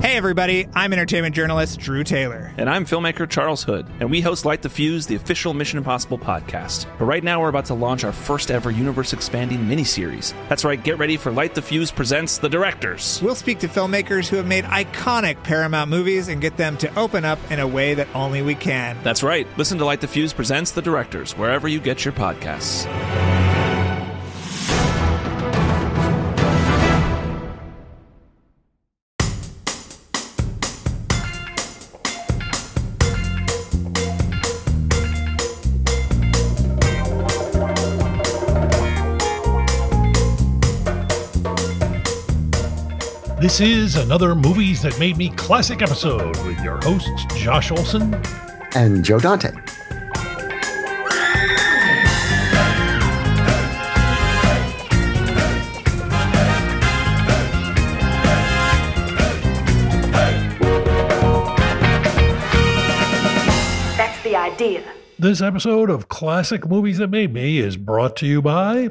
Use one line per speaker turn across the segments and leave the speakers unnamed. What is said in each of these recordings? Hey, everybody, I'm entertainment journalist Drew Taylor.
And I'm filmmaker Charles Hood, and we host Light the Fuse, the official Mission Impossible podcast. But right now, we're about to launch our first ever universe expanding miniseries. That's right, get ready for Light the Fuse Presents The Directors.
We'll speak to filmmakers who have made iconic Paramount movies and get them to open up in a way that only we can.
That's right, listen to Light the Fuse Presents The Directors wherever you get your podcasts.
This is another Movies That Made Me Classic episode with your hosts, Josh Olson.
and Joe Dante.
That's the idea.
This episode of Classic Movies That Made Me is brought to you by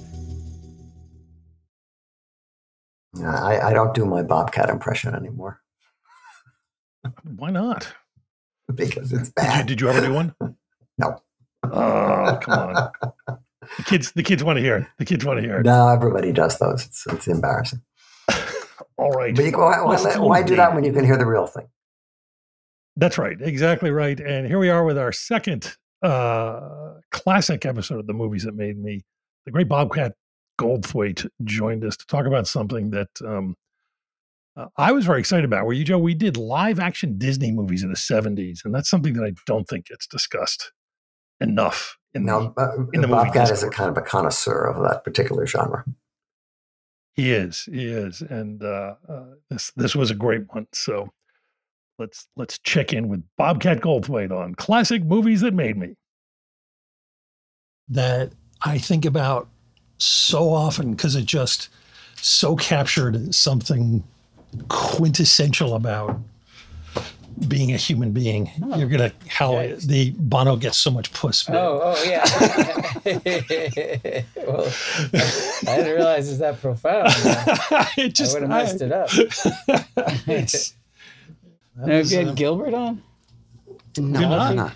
Uh, I, I don't do my Bobcat impression anymore
Why Not?
because
Did
it's
you,
bad.
did you ever do one?
No.
Oh, come on. The kids, the kids want to hear it. The kids want to hear it.
No, everybody does those. It's, it's embarrassing.
All right.
But you, why, why,
Let's
why do that
it.
when you can hear the real thing?
That's right. Exactly right. And here we are with our second uh, classic episode of the movies that made me. The great Bobcat Goldthwait joined us to talk about something that um, uh, I was very excited about. Were you, Joe? We did live action Disney movies in the 70s, and that's something that I don't think gets discussed enough. In
No, uh,
in the movie
Bobcat is a
discourse.
kind of a connoisseur of that particular genre.
the, he is, he is, and uh, uh, this this was a great one. So let's let's check in with Bobcat Goldthwait on classic movies that made me.
that I think about so often because it just so captured something quintessential about being a human being. You're gonna how the Bono gets so much puss. man.
Oh, oh yeah. well, I didn't realize it's that profound. I
it just
would have messed it up.
it's-
Now, if you had Gilbert on,
No,
You're
I'm
not.
not.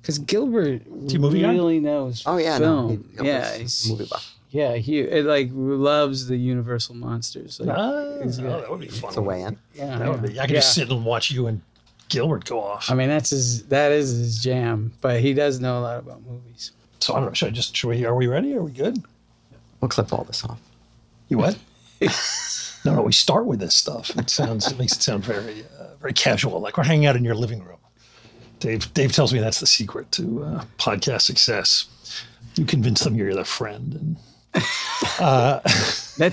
because Gilbert
you movie guy?
really knows.
Oh yeah, no.
film.
he- he
yeah,
was
he's,
a movie buff.
yeah, he it, like loves the Universal monsters. Like,
Ah,
he's
oh,
got-
that would be fun.
It's a way in.
yeah,
That would be. I could just sit and watch you and Gilbert go off.
I mean, that's his. That is his jam. But he does know a lot about movies.
so I don't know. Should I just? Should we? Are we ready? Are we good?
We'll clip all this off.
You what? no, no. We start with this stuff. It sounds. It makes it sound very, uh, very casual. Like we're hanging out in your living room. Dave. Dave tells me that's the secret to uh, podcast success. You convince them you're their friend, and
That's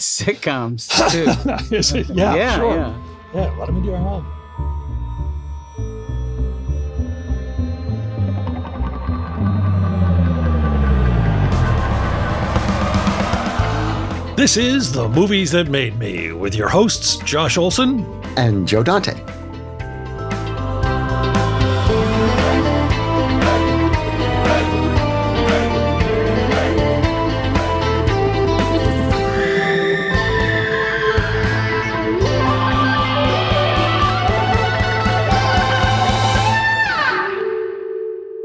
sitcoms too. yeah,
Is it? yeah,
yeah.
sure. yeah. Let them do our home.
This is the movies that made me with your hosts, Josh Olson.
And Joe Dante.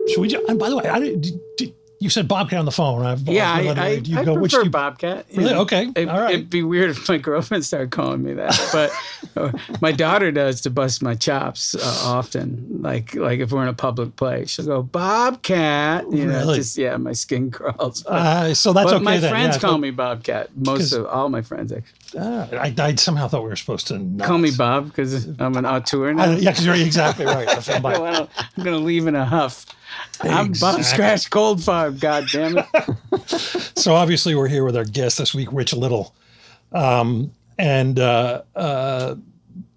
Should we? Just, and by the way, I didn't. Did, did, you said Bobcat on the phone. I've
Yeah,
I've
I,
been-
I,
do you
I
go,
prefer
which do you-
Bobcat.
Really?
Yeah.
Okay.
It,
All right.
It'd be weird if my girlfriend started calling me that, but uh, my daughter does to bust my chops uh, often. Like like if we're in a public place, she'll go Bobcat. You know,
Really?
just yeah, my skin crawls. But,
Uh, so that's
but
okay.
my
then.
friends
yeah,
call
so-
me Bobcat. Most of all my friends actually
Ah, I, I somehow thought we were supposed to not.
call me Bob because I'm an auteur now.
I, yeah, because you're exactly right. I feel
I
bad.
don't- I'm gonna leave in a huff. I'm Bob
Exactly.
Scratch Cold Fog. God damn it!
so obviously, we're here with our guest this week, Rich Little, um, and uh, uh,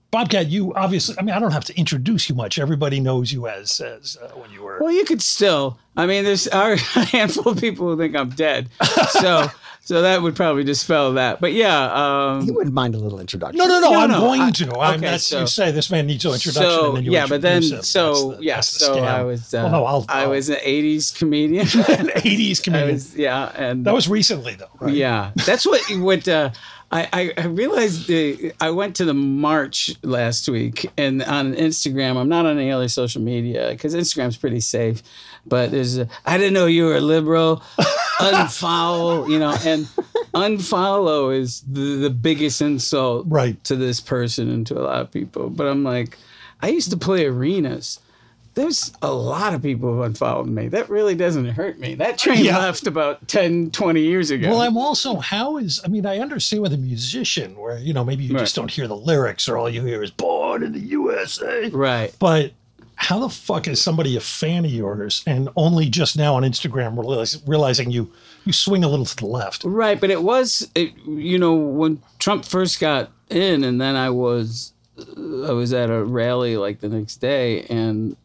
Bobcat, you obviously, I mean, I don't have to introduce you much. Everybody knows you as, as uh, when you were.
Well, you could still. I mean, there's are a handful of people who think I'm dead, so so that would probably dispel that. But yeah, um,
You wouldn't mind a little introduction.
No, no, no,
No,
I'm
no,
going
I-
to. I'm,
okay,
that's,
so-
you say this man needs no introduction,
so
and then you
yeah, but then
introduce him.
so
That's the-
yeah,
that's the
so
scam.
I was uh,
Well, no, I'll,
I was an '80s comedian.
an 80s
I
comedian.
was yeah, and
that was recently, though, right?
Yeah, that's what what uh, I I- I realized. The, I went to the march last week, and on Instagram, I'm not on any other social media because Instagram's pretty safe. But there's a, I didn't know you were a liberal. unfollow, you know, and unfollow is the, the biggest insult
Right.
to this person and to a lot of people. But I'm like, I used to play arenas. There's a lot of people who unfollowed me. That really doesn't hurt me. That train
Yeah.
left about 10, 20 years ago.
Well, I'm also, how is, I mean, I understand with a musician where, you know, maybe you
Right.
just don't hear the lyrics or all you hear is born in the USA.
Right.
But how the fuck is somebody a fan of yours and only just now on Instagram realize, realizing you you swing a little to the left?
Right. But it was, it, you know, when Trump first got in, and then I was, I was at a rally like the next day, and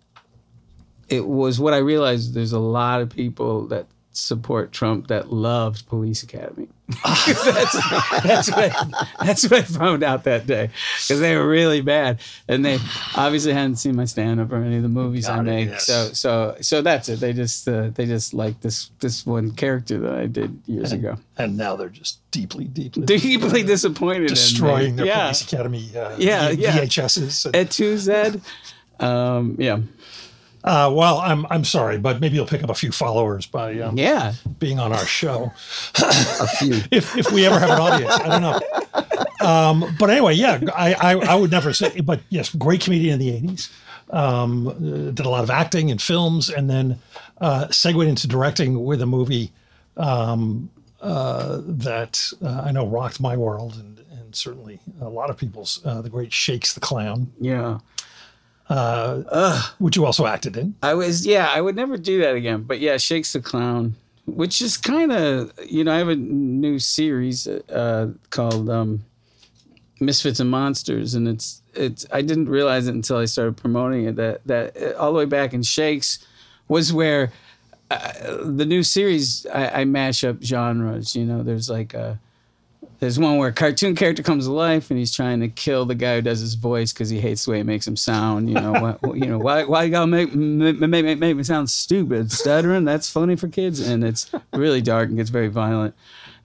it was what I realized there's a lot of people that support Trump that loved Police Academy. that's, that's, what I, that's what I found out that day because they were really bad and they obviously hadn't seen my stand up or any of the movies I make. So so so that's it. They just uh, they just like this this one character that I did years ago.
And now they're just deeply, deeply
Deeply disappointed in
destroying
me.
their
yeah.
Police Academy uh,
Yeah,
V-
yeah.
VHSs. and-
At 2Z. Um, yeah.
Uh, well, I'm I'm sorry, but maybe you'll pick up a few followers by um,
Yeah.
being on our show
A few.
if, if we ever have an audience. I don't know. Um, but anyway, yeah, I, I I would never say, but yes, great comedian in the '80s. Um, uh, did a lot of acting in films, and then uh, segued into directing with a movie um, uh, that uh, I know rocked my world and and certainly a lot of people's. Uh, the great Shakes the Clown,
Yeah.
which you also acted in.
I was, yeah, I would never do that again. But yeah, Shakes the Clown, which is kind of, you know, I have a new series uh, called um, Misfits and Monsters, and it's, it's, I didn't realize it until I started promoting it that, that uh, all the way back in Shakes was where uh, the new series, I, I mash up genres, you know, there's like a, there's one where a cartoon character comes to life and he's trying to kill the guy who does his voice because he hates the way it makes him sound. You know, why, you know why why you gotta make make, make, make, make me sound stupid, stuttering? That's funny for kids, and it's really dark and gets very violent.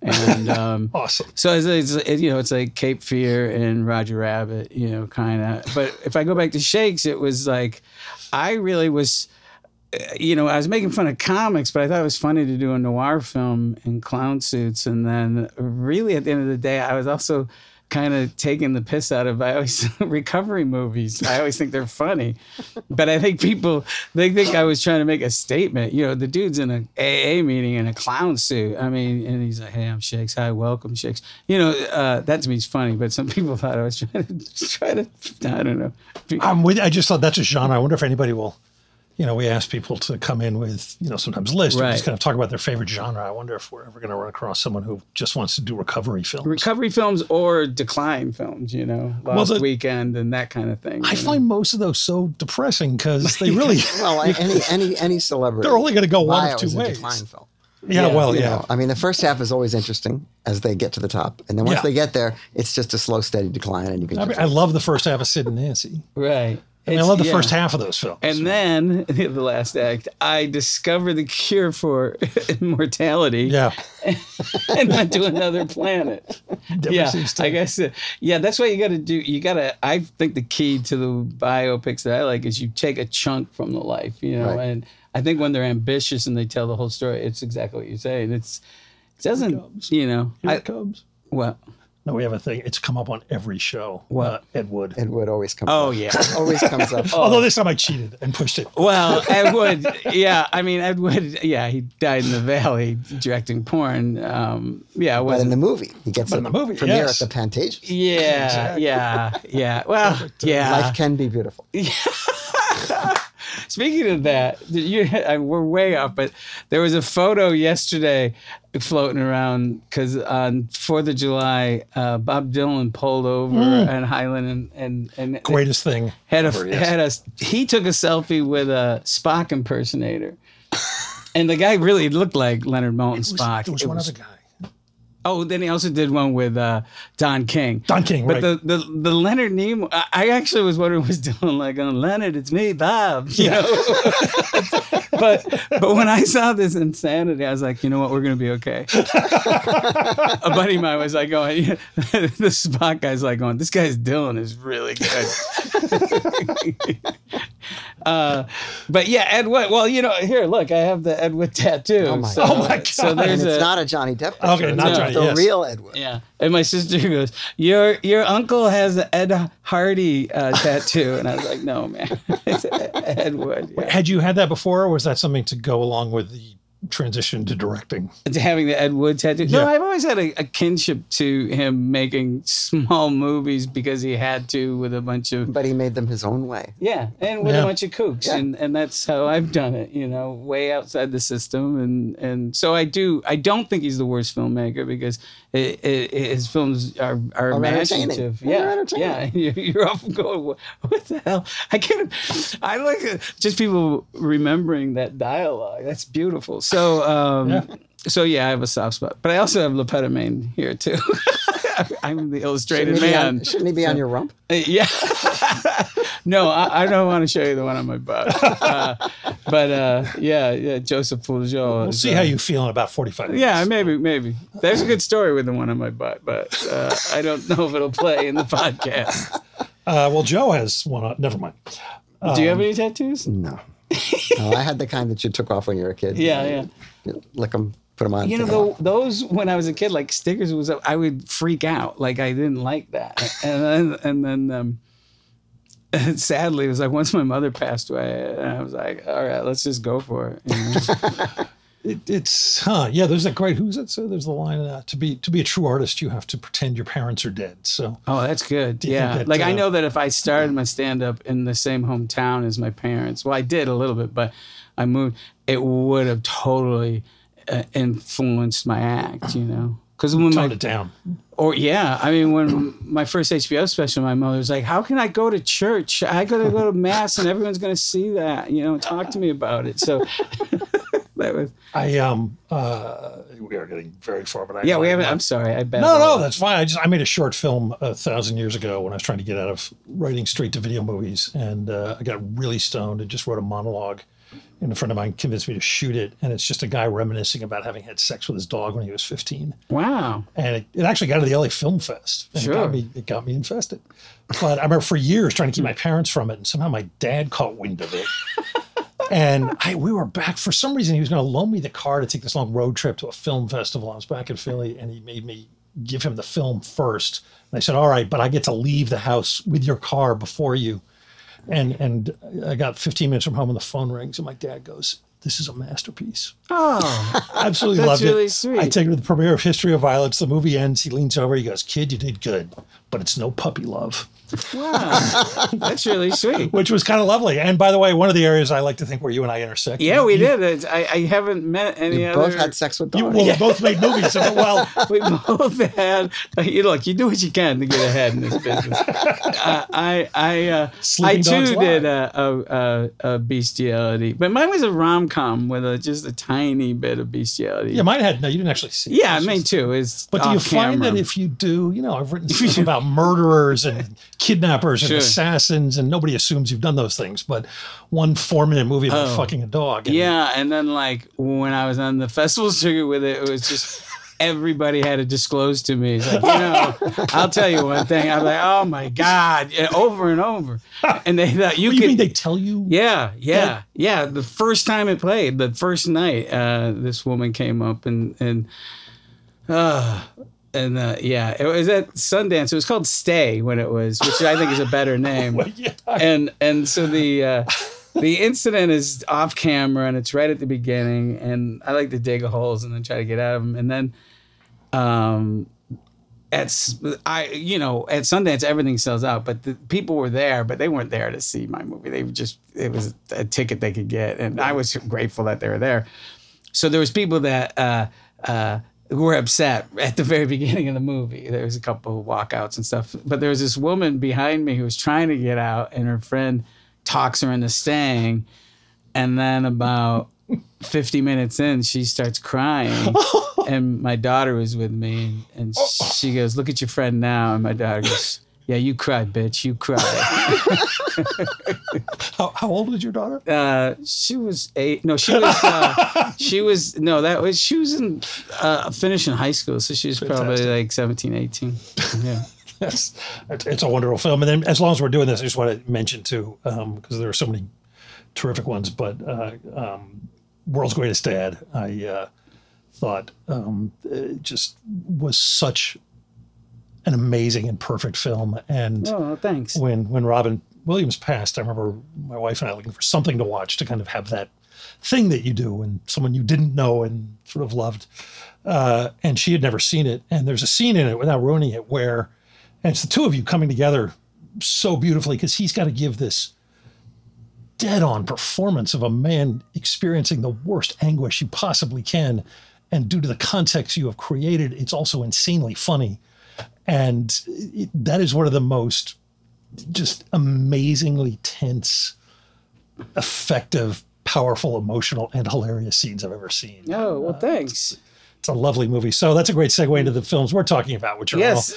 And um,
Awesome.
so it's, it's it, you know it's like Cape Fear and Roger Rabbit, you know, kind of. But if I go back to Shakes, it was like I really was, uh, you know, I was making fun of comics, but I thought it was funny to do a noir film in clown suits, and then really at the end of the day, I was also kind of taking the piss out of I always recovery movies. I always think they're funny, but I think people they think I was trying to make a statement. You know, the dude's in a AA meeting in a clown suit. I mean, and he's like, "Hey, I'm Shakes. Hi, welcome, Shakes." You know, uh, that to me's funny, but some people thought I was trying to try to I don't know. Be-
I'm with. I just thought that's a genre. I wonder if anybody will. You know, we ask people to come in with you know sometimes lists, or just
Right.
kind of talk about their favorite genre. I wonder if we're ever going to run across someone who just wants to do recovery films.
recovery films or decline films, you know, last
the-
weekend and that kind of thing.
I
you know?
find most of those so depressing because they really,
Well, I- any any any celebrity.
They're only gonna go one of
bio
two
is a
ways.
decline film.
yeah,
yeah,
Well,
You
yeah,
know, I mean, the first half is always interesting as they get to the top, and then once
Yeah.
they get there, it's just a slow, steady decline, and you can.
I, mean,
just,
I love the first half of Sid and Nancy.
right.
I mean, I
It's-
love the
yeah.
first half of those films.
And then the last act, I discover the cure for immortality
yeah,
and went to another planet. yeah,
seems to-
I guess. uh, yeah, that's what you got to do. You got to. I think the key to the biopics that I like is you take a chunk from the life, you know.
Right.
And I think when they're ambitious and they tell the whole story, it's exactly what you're saying. It's it doesn't, you know.
here
I,
it comes.
well,
No, we have a thing. It's come up on every show.
What?
Uh, Ed Wood.
Ed Wood always comes.
oh
up.
yeah.
always comes up.
oh.
Although this time I cheated and pushed it.
Well, Ed Wood, yeah. I mean, Ed Wood, yeah. He died in the Valley directing porn. Um, yeah, it
but in
wasn't.
the movie, he gets
But
a
in the movie,
premiere
yes.
at the Pantages.
yeah, yeah, yeah. Well, yeah.
Life can be beautiful.
Speaking of that, did you, I, we're way off, but there was a photo yesterday floating around because on Fourth of July, uh, Bob Dylan pulled over on Highland and and and
Greatest thing.
had a
ever, yes.
had a he took a selfie with a Spock impersonator, and the guy really looked like Leonard Moulton
It was-
Spock.
There was
It
one
was-
other guy.
Oh, then he also did one with uh, Don King.
Don King,
But
right.
the, the the Leonard Nimoy, I- I actually was wondering was Dylan like on Leonard, it's me, Bob. You know, but but when I saw this insanity, I was like, you know what, we're gonna be okay. A buddy of mine was like going, the Spock guy's like going, this guy's Dylan is really good. uh, but yeah, Ed Wood. Well, you know, here, look, I have the Ed Wood tattoo.
Oh my
so,
God. Oh
my
So
God.
there's
and
a,
it's not a Johnny Depp. picture,
Okay,
it's
not
Johnny-
the
yes.
real Edward.
yeah. And my sister goes, Your your uncle has an Ed Hardy uh, tattoo. And I was like, No, man. it's E-, Ed Wood. Yeah.
Had you had that before, or was that something to go along with the transition to directing?
It's Having the Ed Wood tattoo. No,
Yeah.
I've always had a, a kinship to him making small movies because he had to with a bunch of
But he made them his own way.
Yeah, and with
Yeah.
a bunch of kooks, and and that's how I've done it. You know, way outside the system, and and so I do. I don't think he's the worst filmmaker because it, it, his films are are
Are entertaining.
imaginative.
Well, they're
Yeah,
entertaining.
yeah. You- You're often going, what, what the hell? I can't. I like uh, just people remembering that dialogue. That's beautiful. So. um So yeah, I have a soft spot, but I also have Lepetamine here too. I'm the illustrated
Shouldn't he, be on,
man.
shouldn't he be on your rump?
Uh, Yeah. no, I, I don't want to show you the one on my butt. Uh, but uh, yeah, yeah, Joseph Fulgeau.
We'll see how you feel in about 45 minutes.
Yeah, maybe, maybe. There's a good story with the one on my butt, but uh, I don't know if it'll play in the podcast.
Uh, well, Joe has one. On, never mind.
Do
Um,
you have any tattoos?
No. no. I had the kind that you took off when you were a kid.
Yeah, yeah.
Lick them, put them on.
You know,
take 'em
tho- those when I was a kid, like stickers was, I would freak out. Like I didn't like that, and then and then. Um, sadly, it was like once my mother passed away, and I was like, "All right, let's just go for it." you know?
It, it's huh? Yeah, there's that great. Who's that? So there's the line uh, to be to be a true artist, you have to pretend your parents are dead. So
Oh, that's good.
you
Yeah.
think that,
like I
uh,
know that if I started my stand up in the same hometown as my parents, well, I did a little bit, but I moved, it would have totally uh, influenced my act, you know? Because when
tone
my,
it down.
or yeah, I mean, when my first HBO special, my mother was like, "How can I go to church? I gotta go to mass, and everyone's gonna see that, you know? Talk to me about it." So that was
I um uh, we are getting very far, but I
yeah. We
I-
haven't. I'm sorry. I bet.
No, no, that's fine. I just I made a short film a thousand years ago when I was trying to get out of writing straight to video movies, and uh, I got really stoned and just wrote a monologue. And a friend of mine convinced me to shoot it, and it's just a guy reminiscing about having had sex with his dog when he was 15.
Wow.
And it, it actually got to the LA Film Fest. And It
Sure.
got me, it got me infested. But I remember for years trying to keep my parents from it, and somehow my dad caught wind of it. And I, we were back for some reason. He was going to loan me the car to take this long road trip to a film festival. I was back in Philly, and he made me give him the film first. And I said, "All right, but I get to leave the house with your car before you." And and I got 15 minutes from home, and the phone rings, and my dad goes, "This is a masterpiece."
Oh,
Absolutely
That's
loved it.
really sweet.
I take her to the premiere of History of Violence. The movie ends. He leans over. He goes, "Kid, you did good, but it's no puppy love,"
wow. that's really sweet.
which was kind of lovely. And by the way, one of the areas I like to think where you and I intersect.
Yeah, we did. It's- I, I haven't met any
You
other.
both had sex with dogs.
You, well, we both made movies. So, well,
we both had. uh, You look, you do what you can to get ahead in this business. uh, I, I, uh, I
Sleeping Dogs
too
Lie.
did a, a, a, a bestiality, but mine was a rom com with a, just a tiny bit of bestiality.
yeah, mine had no. You didn't actually see. it.
yeah, I
It's
mean
just-
too. Is
But do you
off
find
camera.
that if you do, you know, I've written stuff about murderers and kidnappers and
Sure.
assassins, and nobody assumes you've done those things. But one four-minute movie about fucking a dog. and-
Oh. Yeah, and then like when I was on the festival circuit with it, it was just everybody had to disclose to me. It's like, you know, I'll tell you one thing. I'm like, oh my god, yeah, over and over, and they thought you
You
could.
mean they tell you?
yeah, yeah, yeah. The first time it played, the first night, uh, this woman came up and and uh, and uh, yeah, it was at Sundance. It was called Stay when it was, which I think is a better name
yeah.
and and so the uh, the incident is off camera and it's right at the beginning and I like to dig holes and then try to get out of them and then um at s- I you know at Sundance everything sells out, but the people were there, but they weren't there to see my movie. They were just it was a ticket they could get, and I was grateful that they were there. So there was people that uh, uh, were upset at the very beginning of the movie. There was a couple of walkouts and stuff, but there was this woman behind me who was trying to get out, and her friend talks her into staying, and then about. 50 minutes in, she starts crying. and my daughter was with me. And, and she goes, Look at your friend now. And my daughter goes, Yeah, you cry, bitch. You cry.
How, how old was your daughter?
Uh, she was eight. No, she was, uh, she was, no, that was, she was in, uh, finishing high school. So she was probably
Fantastic.
like 17, 18. Yeah.
Yes, it's it's a wonderful film. And then, as long as we're doing this, I just want to mention too, because there are so many terrific ones. But uh, um, World's Greatest Dad, I uh, thought um, it just was such an amazing and perfect film. And
Oh, thanks.
when when Robin Williams passed, I remember my wife and I looking for something to watch to kind of have that thing that you do and someone you didn't know and sort of loved. Uh, and she had never seen it. And there's a scene in it without ruining it where, and it's the two of you coming together so beautifully because he's got to give this dead on performance of a man experiencing the worst anguish you possibly can. And due to the context you have created, it's also insanely funny. And it, that is one of the most just amazingly tense, effective, powerful, emotional, and hilarious scenes I've ever seen.
Oh, well, thanks.
It's a lovely movie. So that's a great segue into the films we're talking about, which are
Yes.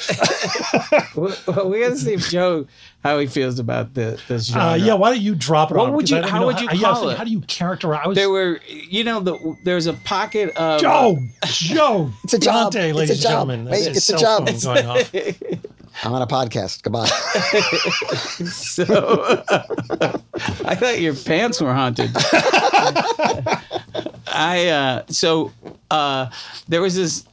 well, we got to see if Joe, how he feels about the, this
all.
genre.
Uh, yeah, why don't you drop it
What
on?
would
'cause
you-
I don't
how
know
would you
I- yeah, I was
call
thinking,
it?
How do you characterize? I was,
There were, you know, the, there's a pocket of. uh,
Joe, Joe,
It's a job.
Dante,
It's
ladies
a
and
job,
gentlemen, that's
mate.
his
It's a
cell
job.
phone going off.
I'm on a podcast. Goodbye.
So I thought your pants were haunted. I uh, so uh, there was this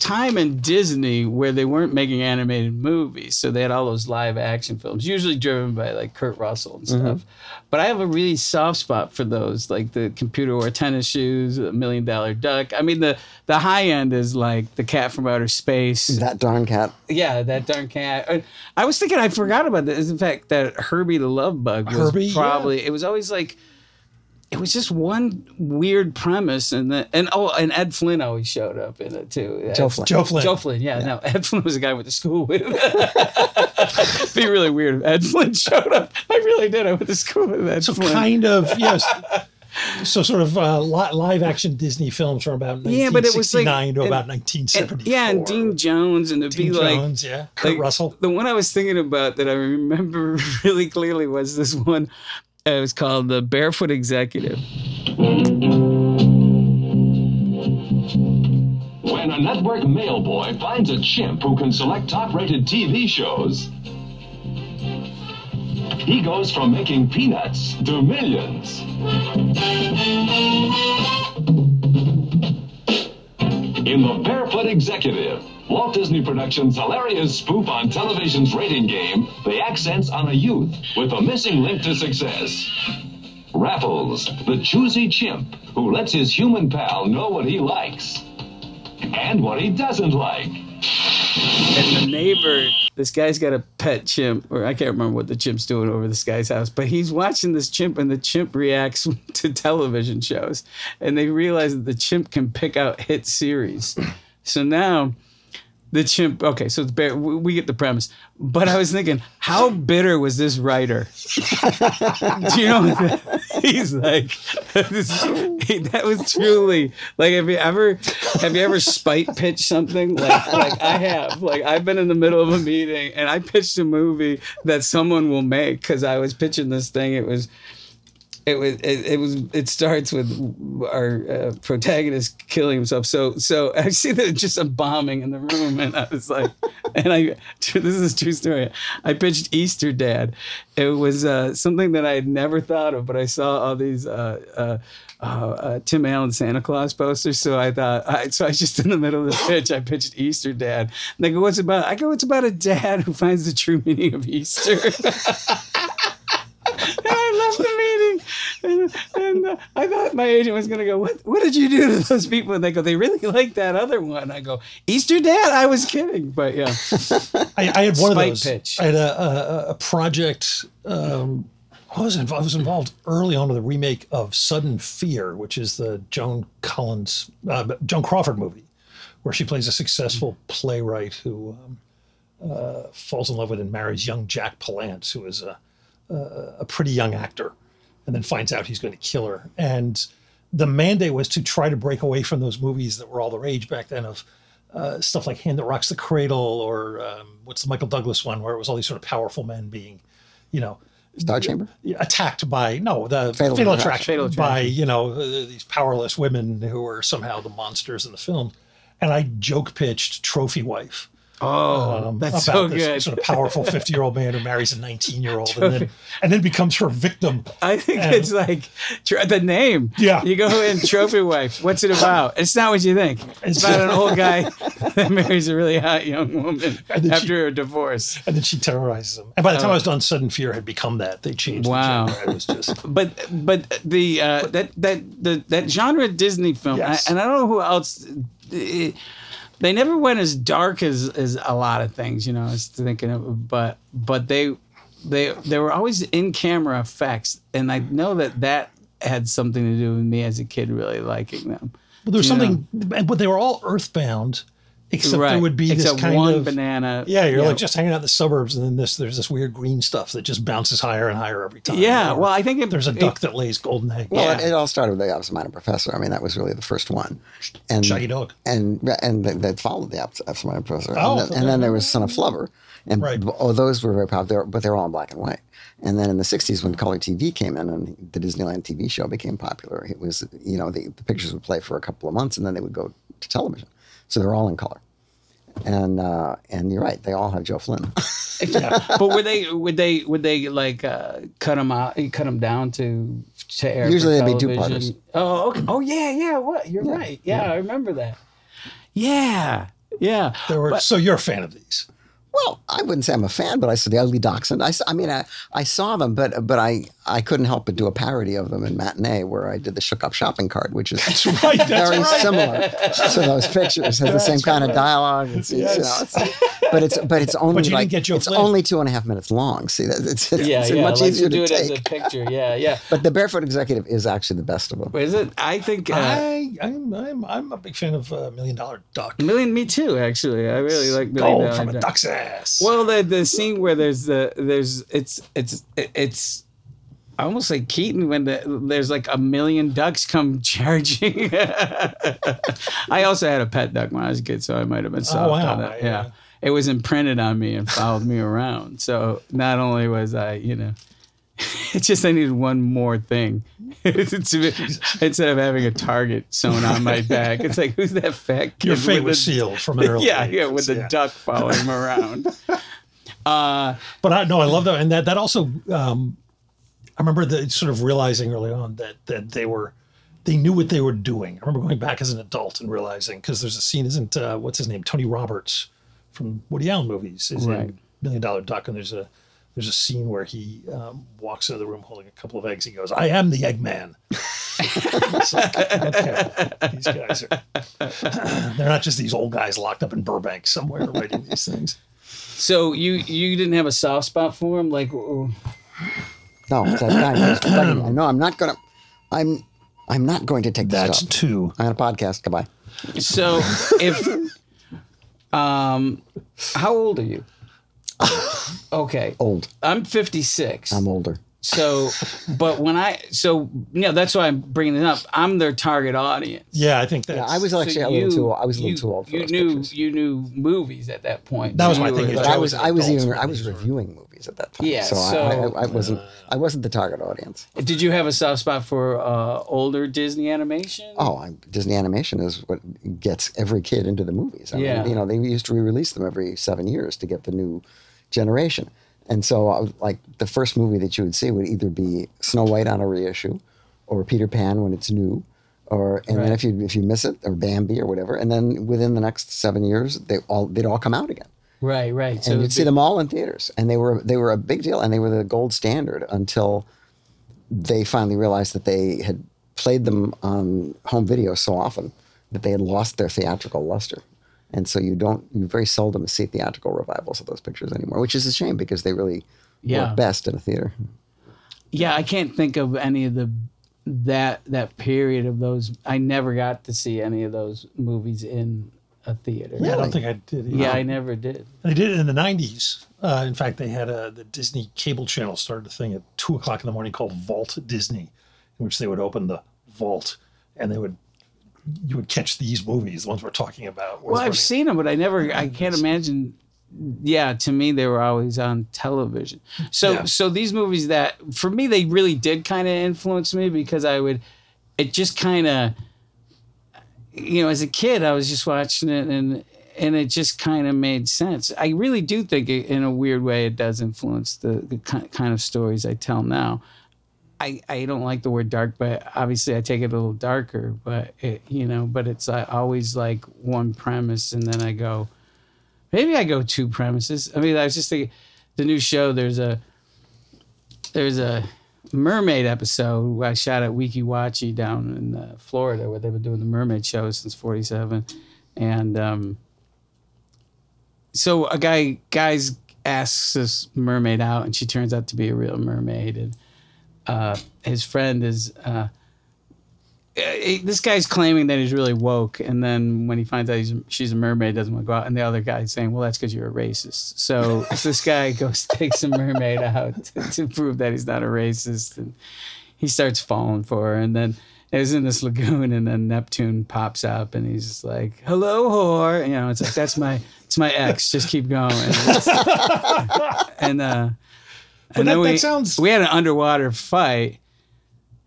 time in Disney where they weren't making animated movies, so they had all those live action films, usually driven by like Kurt Russell and stuff. But I have a really soft spot for those, like the computer or tennis shoes, a million dollar duck. I mean the the high end is like the cat from outer space.
that darn cat.
Yeah, that darn cat. Uh, I was thinking I forgot about this. In fact, that Herbie the Love Bug was
Herbie, yeah.
probably it was always like it was just one weird premise, and the, and oh, and Ed Flynn always showed up in it too.
Joe
Ed-
Flynn.
Joe Flynn.
Joe Flynn, yeah, no, Ed Flynn was the guy I went to school with. Be really weird if Ed Flynn showed up. I really did. I went to school with Ed
So
Flynn.
kind of yes. So sort of uh, li- live action Disney films from about
Yeah, but it was like-
1969 to about
And-
1974.
yeah, and Dean Jones, and it'd
Dean
be like
Jones, yeah, Kurt
Like,
Russell.
The one I was thinking about that I remember really clearly was this one. Uh, it was called The Barefoot Executive.
When a network mailboy finds a chimp who can select top rated TV shows, he goes from making peanuts to millions. In The Barefoot Executive, Walt Disney Productions' hilarious spoof on television's rating game, the accents on a youth with a missing link to success. Raffles, the choosy chimp who lets his human pal know what he likes and what he doesn't like.
And the neighbor, this guy's got a pet chimp, or I can't remember what the chimp's doing over this guy's house, but he's watching this chimp and the chimp reacts to television shows. And they realize that the chimp can pick out hit series. So now the chimp, okay, so it's bare, we we get the premise. But I was thinking, how bitter was this writer? Do you know? what that- He's like, this- he- that was truly like. Have you ever, have you ever spite pitched something like like I have? Like I've been in the middle of a meeting and I pitched a movie that someone will make because I was pitching this thing. It was. It was. It, it was. It starts with our uh, protagonist killing himself. So, so I see that just a bombing in the room, and I was like, and I. This is a true story. I pitched Easter Dad. It was uh, something that I had never thought of, but I saw all these uh, uh, uh, uh, Tim Allen Santa Claus posters. So I thought, I, so I was just in the middle of the pitch. I pitched Easter Dad. And they go, "What's it about?" I go, "It's about a dad who finds the true meaning of Easter." And I left the meeting, and, and uh, I thought my agent was gonna go, what, what did you do to those people? And they go, they really like that other one. I go, Easter Dad, I was kidding, but yeah.
I, I had one
Spike
of those.
pitch.
I had a, a, a project. Um, I was involved, I was involved early on with a remake of Sudden Fear, which is the Joan Collins, uh, Joan Crawford movie, where she plays a successful playwright who um, uh, falls in love with and marries young Jack Palance, who is a, a, a pretty young actor, and then finds out he's going to kill her. And the mandate was to try to break away from those movies that were all the rage back then of uh, stuff like Hand That Rocks the Cradle or um, what's the Michael Douglas one where it was all these sort of powerful men being, you know,
Star Chamber?
yeah, attacked by no the
Fatal
fatal, attraction,
Attraction.
Fatal
by
Attraction.
you know uh, these powerless women who are somehow the monsters in the film, and I joke pitched Trophy Wife.
Oh,
um,
that's
about
so
this
good.
sort of powerful fifty-year-old man who marries a nineteen-year-old and then and then becomes her victim.
I think
And-
it's like tr- the name.
Yeah.
You go in trophy wife. What's it about? It's not what you think.
It's-
It's about an old guy that marries a really hot young woman
And then she-
after a divorce.
And then she terrorizes him. And by the time
Oh.
I was done, Sudden Fear had become that. They changed.
Wow.
The genre. It was just
But but the uh, that that the that genre Disney film,
Yes.
I, and I don't know who else. eh, they never went as dark as as a lot of things, you know. I was thinking of, but but they they they were always in camera effects, and I know that that had something to do with me as a kid really liking them.
well, there was
Yeah.
something, and but they were all earthbound, except
right.
there would be
Except
this kind
one
of
banana.
Yeah, you're
you know.
like just hanging out in the suburbs, and then this there's this weird green stuff that just bounces higher and higher every time.
Yeah,
Or
well, I think it,
there's a
it-
duck that lays golden eggs.
Well, it, it all started with the Opposite Minded Professor. I mean, that was really the first one, and
Shaggy dog.
and and that, that followed the Opposite, opposite Minded Professor.
Oh,
and, then,
so
and
that-
then there was Son of Flubber, and
Right.
oh, those were very popular, but they were all in black and white. And then in the '60s, when color TV came in and the Disneyland TV show became popular, it was you know the, the pictures would play for a couple of months, and then they would go to television. So they're all in color. And uh, and you're right, they all have Joe Flynn.
but would they would they would they like uh, cut them out? Cut them down to to air. for
Usually they'd be
television?
two-parters.
Oh, okay. oh yeah, yeah. What you're right. Yeah, I remember that. Yeah, yeah.
There were, so you're a fan of these?
Well, I wouldn't say I'm a fan, but I saw the Ugly Dachshund. I, s- I mean, I, I saw them, but but I, I couldn't help but do a parody of them in matinee where I did the shook up shopping cart, which is
Right, that's
very
right.
similar to those pictures. Has the same kind of dialogue. It's, it's, you know, it's- but it's but it's only
you didn't
like
get Joe
it's
Flynn.
only two and a half minutes long. See, that- it's, it's,
yeah,
it's
yeah.
much
Let's
easier
do
to
it as a
take.
picture. Yeah, yeah.
But the Barefoot Executive is actually the best of them.
Is it? I think. Uh,
I I'm, I'm I'm a big fan of uh, Million Dollar Duck.
Million, me too. Actually, I really like
Oh,
Million
Gold
Dollar
from a
Duck.
duck's ass.
Well, the the scene where there's the there's it's it's it's I almost like Keaton when the, there's like a million ducks come charging. I also had a pet duck when I was a kid, so I might have been soft
Oh, wow.
on that.
Yeah.
Yeah. it was imprinted on me and followed me around. So not only was I, you know. It's just I needed one more thing It's- instead of having a target sewn on my back. It's like who's that fat kid?
your
with
fate
the-
was sealed from an early
yeah,
age.
yeah, with the
Yeah.
duck following him around. Uh,
But I no, I love that, and that that also. Um, I remember the sort of realizing early on that that they were, they knew what they were doing. I remember going back as an adult and realizing because there's a scene, isn't uh, what's his name, Tony Roberts, from Woody Allen movies, is
Right.
in Million Dollar Duck, and there's a there's a scene where he um, walks into the room holding a couple of eggs. He goes, "I am the Eggman." it's like, okay, these guys are they're not just these old guys locked up in Burbank somewhere writing these things.
so you you didn't have a soft spot for him, like oh,
No, it's that guy. who's bugging me. No, I'm not gonna. I'm I'm not going to take this
That's
job.
two.
I had a podcast. Goodbye.
so if um, how old are you? Okay,
Old.
I'm 56.
I'm older.
so, but when I so you know that's why I'm bringing it up. I'm their target audience.
Yeah, I think that's.
Yeah, I was actually
So
a
you-
little too old. I was a little
you-
too old for
you
those
knew
pictures.
you knew movies at that point.
That was my
You
thing,
were
is
like-
But I was
an
I was
adult
even
when
I
these
was
were-
reviewing movies at that time.
Yeah,
so, I-
so-
I, I, I wasn't I wasn't the target audience.
Did you have a soft spot for uh, older Disney animation?
Oh, I, Disney animation is what gets every kid into the movies. I
Yeah.
mean, you know they used to re-release them every seven years to get the new generation. And so, I was- like the first movie that you would see would either be Snow White on a reissue, or Peter Pan when it's new, or and
Right.
then if you if you miss it, or Bambi or whatever, and then within the next seven years, they all they'd all come out again.
Right, right. So
and you'd
it'd
see
be-
them all in theaters, and they were they were a big deal, and they were the gold standard until they finally realized that they had played them on home video so often that they had lost their theatrical luster. And so you don't, you very seldom see theatrical revivals of those pictures anymore, which is a shame because they really
Yeah.
work best in a theater.
Yeah, I can't think of any of the that that period of those. I never got to see any of those movies in a theater.
Yeah, I don't think I did. either.
Yeah, I never did.
They did it in the 90s. Uh, in fact, they had a, the Disney cable channel started a thing at 2 o'clock in the morning called Vault Disney, in which they would open the vault and they would, you would catch these movies, the ones we're talking about.
Well, I've seen them, but I never. I can't imagine. Yeah, to me they were always on television. So
Yeah.
so these movies that for me they really did kind of influence me because I would, it just kind of, you know, as a kid I was just watching it and and it just kind of made sense. I really do think it, in a weird way it does influence the, the ki- kind of stories I tell now. I, I don't like the word dark, but obviously I take it a little darker. But it, you know, but it's uh, always like one premise, and then I go, maybe I go two premises. I mean, I was just thinking, the new show. There's a there's a mermaid episode I shot at Wiki Wachi down in uh, Florida, where they've been doing the mermaid show since '47, and um, so a guy guys asks this mermaid out, and she turns out to be a real mermaid, and uh, his friend is uh, eh, this guy's claiming that he's really woke, and then when he finds out he's, she's a mermaid, doesn't want to go out, and the other guy's saying, "Well, that's because you're a racist." So this guy goes takes a mermaid out to, to prove that he's not a racist, and he starts falling for her, and then. It was in this lagoon, and then Neptune pops up, and he's just like, "Hello, whore!" You know, it's like that's my, it's my ex. Just keep going. uh, and uh, and
that-
then
that
we
sounds-
we had an underwater fight.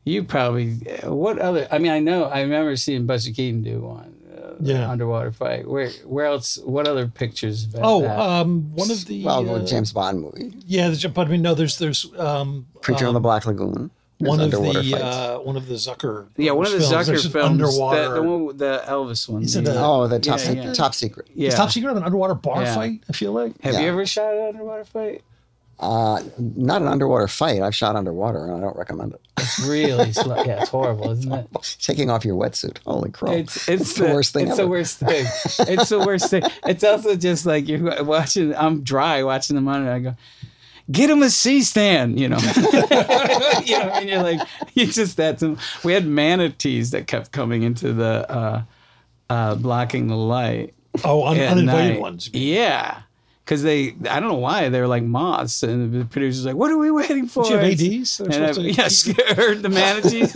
You probably what other? I mean, I know I remember seeing Buster Keaton do one. Uh,
Yeah.
underwater fight. Where where else? What other pictures? About
Oh,
that?
um, one of the.
Well,
uh,
the James Bond movie,
Yeah, the, but I mean, no, there's, there's um,
Preacher on the Black Lagoon. There's
one of
underwater
the
fights.
uh, one of the Zucker
yeah, one of the
films.
Zucker
There's an
films.
underwater
the, the one with the Elvis one.
Is it a-
the-
oh, the top,
yeah,
secret,
yeah.
top secret.
yeah.
It's top secret of an underwater bar
Yeah.
fight. I feel like
Have you
yeah.
ever shot an underwater fight?
Uh, not an underwater fight. I've shot underwater and I don't recommend it.
Really slow. Yeah, it's horrible, isn't it?
Taking off your wetsuit. Holy crow.
It's it's the, worst thing. It's the
ever.
worst thing. It's the worst thing. It's also just like you're watching. I'm dry watching the monitor. I go, get him a C-stand. You know, you know. And you're like, you just that's. We had manatees that kept coming into the uh, uh, blocking the light.
oh, un-
at
uninvited
night.
ones.
Yeah. Because they, I don't know why they were like moths, and the producer's like, "What are we waiting for?"
Do you have ads? They're
And I,
supposed to-
yeah, scared the manatees.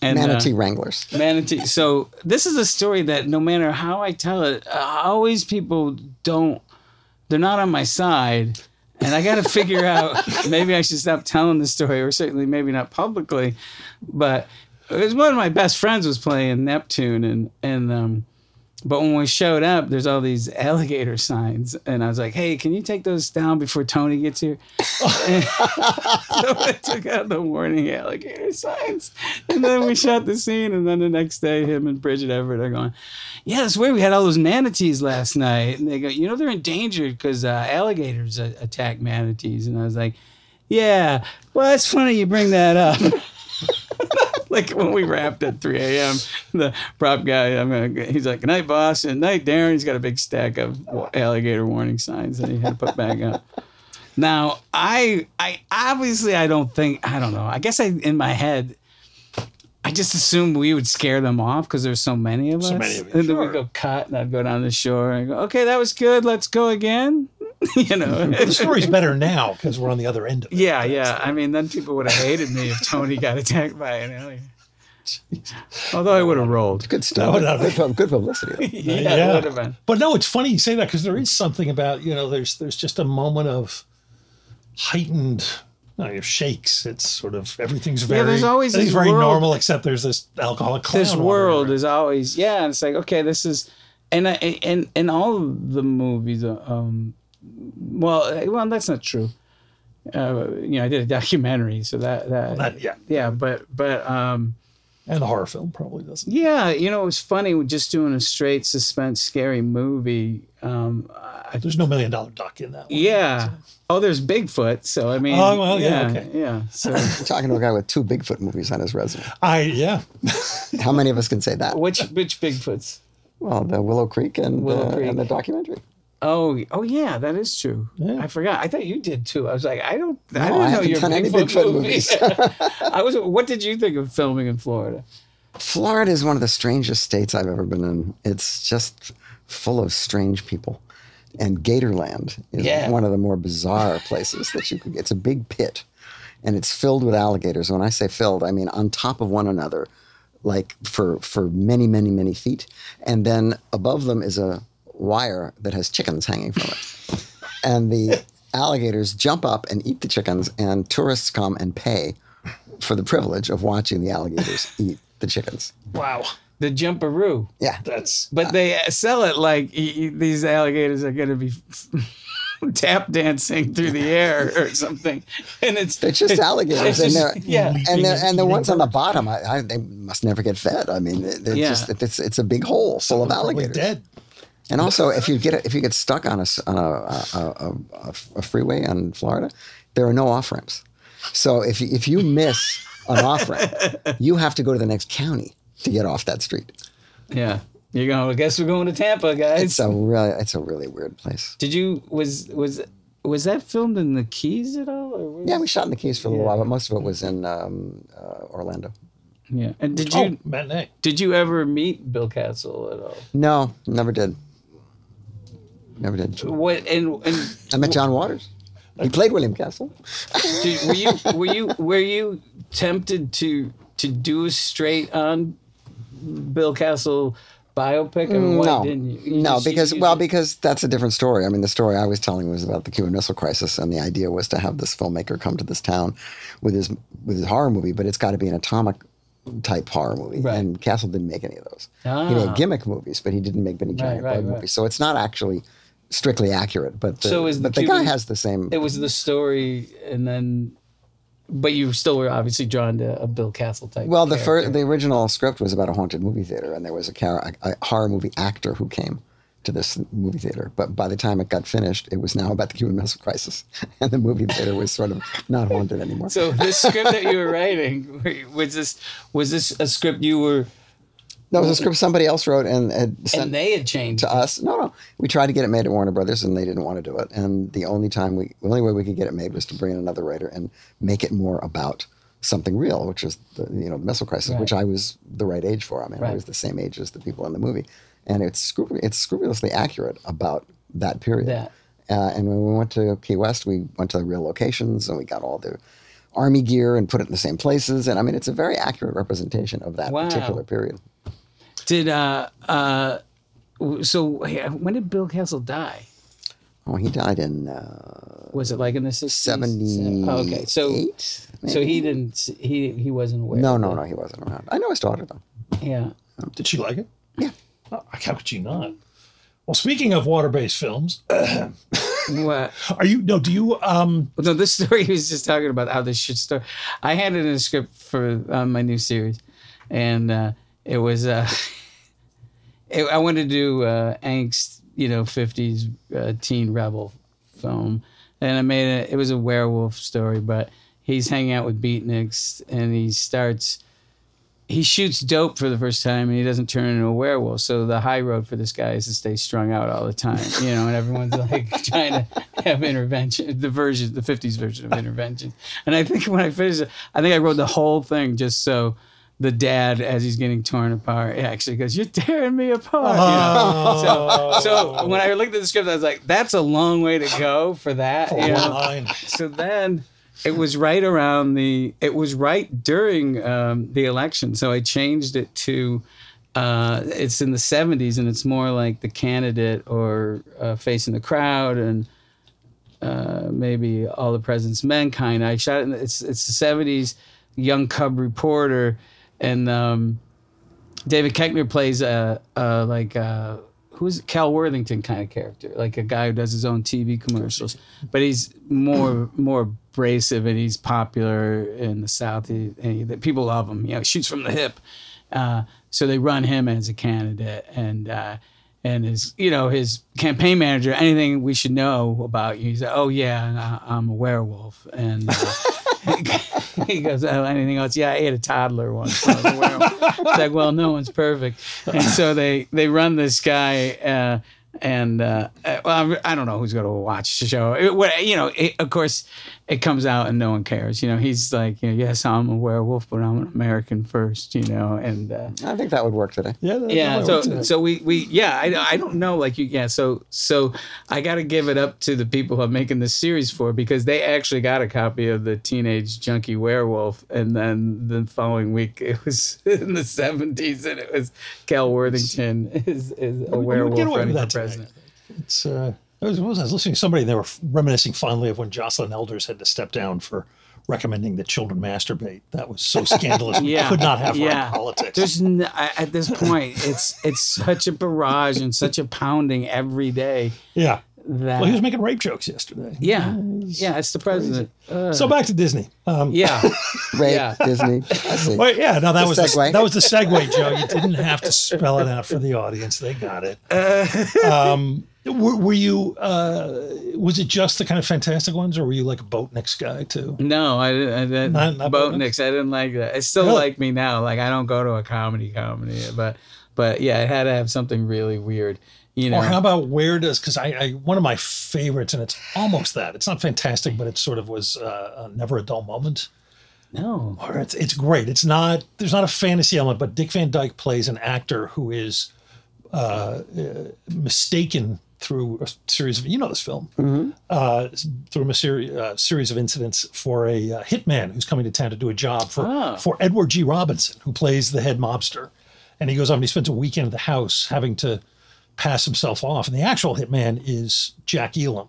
And, uh,
Manatee Wranglers.
manatee. So this is a story that no matter how I tell it, uh, always people don't. They're not on my side, and I got to figure out. Maybe I should stop telling the story, or certainly maybe not publicly. But it was one of my best friends was playing Neptune, and and um, but when we showed up, there's all these alligator signs, and I was like, "Hey, can you take those down before Tony gets here?" so I took out the warning alligator signs, and then we shot the scene. And then the next day, him and Bridget Everett are going, "Yeah, that's weird. We had all those manatees last night." And they go, "You know, they're endangered because uh, alligators uh, attack manatees." And I was like, "Yeah, well, it's funny you bring that up." like when we wrapped at 3 a.m., the prop guy, I'm gonna, he's like, "Good night, boss," and "Night, Darren." He's got a big stack of wa- alligator warning signs that he had to put back up. Now, I, I obviously, I don't think, I don't know. I guess I, in my head, I just assumed we would scare them off because there's so many of us.
many of you,
and then we
sure.
go cut, and I'd go down the shore and I go, "Okay, that was good. Let's go again." you know,
The story's better now because we're on the other end of it.
yeah, yeah. I mean, then people would have hated me if Tony got attacked by an alien. Although I would have rolled.
Good stuff.
no, no.
Good, pub- good publicity.
yeah, it would have been.
But no, it's funny you say that because there is something about you know there's there's just a moment of heightened. No, your shakes. It's sort of everything's very.
there's always
everything's
this
very
world-
normal, except there's this alcoholic clown.
This
wandering
world
around.
is always yeah. It's like okay, this is and I, and and all of the movies. uh, Um, well, eh, well, that's not true. Uh, you know, I did a documentary, so that that,
That- yeah.
yeah, but but um,
And the horror film probably doesn't.
Yeah, you know, it was funny with just doing a straight suspense scary movie. Um, I,
There's no million dollar duck in that. One.
yeah. Oh, there's Bigfoot. So I mean,
Oh, well, yeah,
yeah,
okay.
yeah. So
You're talking to a guy with two Bigfoot movies on his resume.
I yeah.
How many of us can say that?
which which Bigfoots?
Well, the Willow Creek and,
Willow
uh,
Creek.
and the documentary.
Oh, oh yeah, that is true.
Yeah.
I forgot. I thought you did too. I was like, I don't, I
No,
didn't
Oh, I
know
haven't
your
done any
Bigfoot,
Bigfoot
movies. I was. What did you think of filming in Florida?
Florida is one of the strangest states I've ever been in. It's just full of strange people. And Gatorland is
Yeah.
one of the more bizarre places that you could It's a big pit and it's filled with alligators. When I say filled, I mean on top of one another, like for, for many, many, many feet. And then above them is a wire that has chickens hanging from it. and the alligators jump up and eat the chickens, and tourists come and pay for the privilege of watching the alligators eat the chickens.
Wow.
The Jumperoo,
Yeah.
That's
uh,
but they sell it like y- y- these alligators are going to be tap dancing through the air or something, and it's
They're just alligators,
it's
and
just-
they're
yeah.
and they're, and the ones on the bottom, I, I, they must never get fed. I mean, they- they're
Yeah.
just it's it's a big hole full of
probably
alligators.
dead.
And also, if you get if you get stuck on a s- on a, a, a, a, a freeway in Florida, there are no off ramps. So if you- if you miss an off ramp, you have to go to the next county to get off that street.
yeah. You're going. I guess we're going to Tampa, guys.
It's a really it's a really weird place.
did you was was was that filmed in the Keys at all? Or where-
Yeah, we shot in the Keys for a little while, but most of it was in um, uh, Orlando.
yeah. And did you
Oh, matinee.
Did you ever meet Bill Castle at all?
No, never did. Never did.
What and and
I met John Waters. He played William Castle.
did, were you were you were you tempted to to do a straight on Bill Castle biopic? And why
no,
didn't you? You
no,
just-
because
you
well,
just-
because that's a different story. I mean, the story I was telling was about the Cuban Missile Crisis, and the idea was to have this filmmaker come to this town with his with his horror movie, but it's got to be an atomic type horror movie.
Right.
And Castle didn't make any of those. He
Ah.
made gimmick movies, but he didn't make any giant
right,
blood
right.
movies. So it's not actually strictly accurate. But the,
So is the
but the
Cuban-
guy has the same.
it was the story, and then, but you still were obviously drawn to a Bill Castle type.
Well, the
character.
first, the original script was about a haunted movie theater, and there was a, car- a, a horror movie actor who came to this movie theater. But by the time it got finished, it was now about the Cuban Missile Crisis, and the movie theater was sort of not haunted anymore.
So this script that you were writing was this was this a script you were
no, it was a script somebody else wrote and, and sent
and they had changed?
to us. No, no, we tried to get it made at Warner Brothers, and they didn't want to do it. And the only time we, the only way we could get it made was to bring in another writer and make it more about something real, which is the you know the missile crisis, which I was the right age for. I mean, I
Right.
was the same age as the people in the movie, and it's scrupu- it's scrupulously accurate about that period.
That.
Uh, and when we went to Key West, we went to the real locations and we got all the army gear and put it in the same places. And I mean, it's a very accurate representation of that
Wow.
particular period.
Did uh uh w- so yeah, when did Bill Castle die?
Oh, he died in. Uh,
Was it like in the 60s?
78.
Oh, okay. So so he didn't he he wasn't aware.
No,
of
no,
it.
no, he wasn't around. I know his daughter though.
Yeah.
Did she like it?
Yeah.
Oh, how could you not? Well, speaking of water-based films,
What?
are you no? Do you um?
Well, no, this story he was just talking about how this should start. I had it in a script for um, my new series, and uh, it was uh, it, I wanted to do uh, angst, you know, fifties uh, teen rebel film, and I made it. It was a werewolf story, but he's hanging out with beatniks, and he starts he shoots dope for the first time and he doesn't turn into a werewolf. So the high road for this guy is to stay strung out all the time, you know, and everyone's like trying to have intervention, the version, the 50s version of intervention. And I think when I finished it, I think I wrote the whole thing just so the dad, as he's getting torn apart, actually goes, You're tearing me apart. you know? so, so when I looked at the script, I was like, That's a long way to go for that. you know?
Line.
so then it was right around the it was right during um, the election so i changed it to uh, it's in the 70s and it's more like the candidate or uh, facing the crowd and uh, maybe all the president's mankind i shot it in the, it's, it's the 70s young cub reporter and um, david keckner plays a, a like a, who's Cal Worthington kind of character, like a guy who does his own TV commercials, but he's more more abrasive and he's popular in the South. He, he, that people love him. You know, he shoots from the hip. Uh, so they run him as a candidate, and uh, and his you know his campaign manager. Anything we should know about you? He said, "Oh yeah, and I, I'm a werewolf." And uh, he goes, "Oh, anything else? Yeah, I ate a toddler once. So I was a werewolf." it's like, well, no one's perfect. And so they they run this guy. Uh, and uh, uh, well, I don't know who's going to watch the show. It, what- you know, it, of course, it comes out and no one cares. You know, he's like, you know, yes, I'm a werewolf, but I'm an American first. You know, and uh,
I think that would work today.
Yeah. that-
yeah,
that
so
works, yeah.
so we we yeah, I I don't know like you yeah, so so I got to give it up to the people who are making this series for because they actually got a copy of the Teenage Junkie Werewolf, and then the following week it was in the seventies, and it was Cal Worthington is is a
we would get
werewolf
away with
running for
that today.
president.
It's uh, I was, what was I I was listening to somebody and they were reminiscing fondly of when Jocelyn Elders had to step down for recommending that children masturbate. That was so scandalous.
Yeah.
We could not have our
Yeah.
own politics.
There's n- I- at this point, it's it's such a barrage and such a pounding every day
yeah.
that
Well, he was making rape jokes yesterday.
Uh, yeah yeah it's the president. Uh,
So back to Disney. Um,
yeah,
Ray,
Yeah.
Disney. I see.
Wait, yeah, no, that
The
was the,
segue.
that was the segue, Joe. You didn't have to spell it out for the audience; they got it.
Uh,
Um, were, were you? Uh, was it just the kind of fantastic ones, or were you like a boat next guy too?
no, I didn't. I didn't
Not- not
boat
Boatniks?
Nicks. I didn't like that. It's still
Really?
like me now. Like I don't go to a comedy comedy, but but yeah, it had to have something really weird. You know,
Or Oh, how about where does? Because I, I one of my favorites, and it's almost that. It's not fantastic, but it sort of was uh, uh, never a dull moment.
no,
Or it's it's great. It's not there's not a fantasy element, but Dick Van Dyke plays an actor who is uh, uh, mistaken through a series of you know this film
Mm-hmm.
uh, through a seri- uh, series of incidents for a uh, hitman who's coming to town to do a job for
Ah.
for Edward G. Robinson, who plays the head mobster, and he goes off and he spends a weekend at the house having to pass himself off, and the actual hitman is Jack Elam,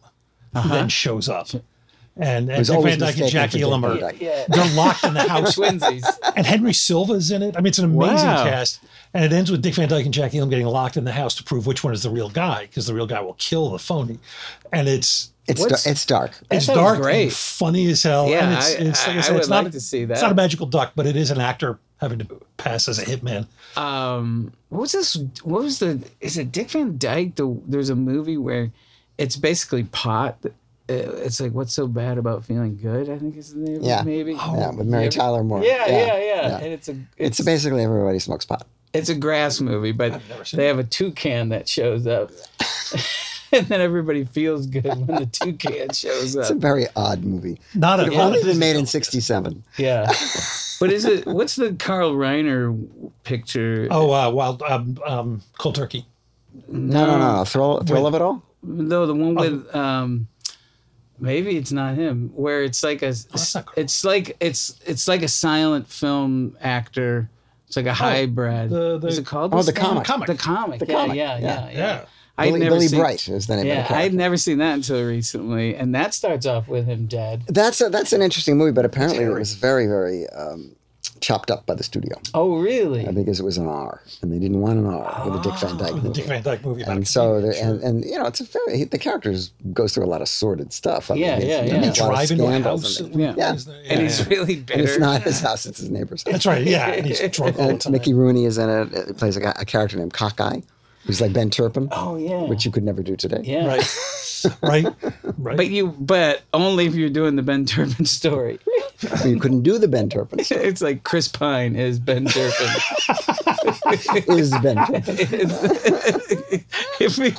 who
Uh-huh.
then shows up. And, and
Who's
Dick
always
Van Dyke and
mistaken
Jack
for Dick
Elam
Van
are
Dyke.
they're locked in the house
twinsies.
and Henry Silva's in it. I mean, it's an amazing
Wow.
cast. And it ends with Dick Van Dyke and Jackie Elam getting locked in the house to prove which one is the real guy, because the real guy will kill the phony. And it's
It's
What's-
da- it's dark.
it's
sounds
dark,
great.
and funny as hell.
Yeah,
and it's,
I-
it's, like I,
I-
said,
I
it's
would
not,
like to see
It's
that.
not a magical duck, but it is an actor having to pass as a hitman.
um what was this what was the is it dick van dyke the there's a movie where it's basically pot Uh, it's like what's so bad about feeling good i think is the name of it,
Yeah.
maybe
Oh,
yeah, with Mary
yeah.
Tyler Moore.
yeah, yeah, yeah,
yeah.
and it's a
It's
it's it's a,
basically everybody smokes pot.
grass movie, but they have a toucan that shows up, and then everybody feels good when the toucan shows
It's a
up.
very odd movie.
Not a
It would have been made in '67.
Yeah, but is it what's the Carl Reiner picture?
Oh, uh, wild um, um, cold turkey.
No, no, no, no. Thrill, thrill of it all.
No, the
Oh.
one with um, maybe it's not him. Where it's like a,
that's not cool.
it's like it's it's like a silent film actor. It's like a hybrid.
Oh, the- the-
What's it called?
Oh,
What's
the
it
comic.
called? The comic.
The
yeah,
comic,
Yeah, yeah, yeah.
Yeah.
I'd
Billy,
never
Billy
seen,
Bright is the name
Yeah,
of the
I
character.
had never seen that until recently, and that starts off with him dead.
That's a, that's an interesting movie, but apparently it was very, very um, chopped up by the studio
Oh, really?
uh, because it was an R, and they didn't want an R with a Dick Van
Oh,
Dyke.
The
movie.
Dick Van Dyke movie. About
And so, the, and, and you know, it's a very he- the character is- goes through a lot of sordid stuff. I
Yeah,
mean,
yeah,
he,
yeah.
he
Didn't
He
drive into a house.
And, things.
Yeah.
Yeah.
Is there- yeah,
and he's
yeah.
really
And
bitter.
it's not his house; it's his neighbor's. house.
That's right. Yeah, and he's drunk all the
And
time.
Mickey Rooney is in it. It plays a, guy, a character named Cockeye, who's like Ben Turpin,
oh yeah.
which you could never do today.
yeah.
Right. Right. Right.
But you, but only if you're doing the Ben Turpin story.
So you couldn't do the Ben Turpin.
it's like Chris Pine is Ben Turpin.
is Ben Turpin.
if we,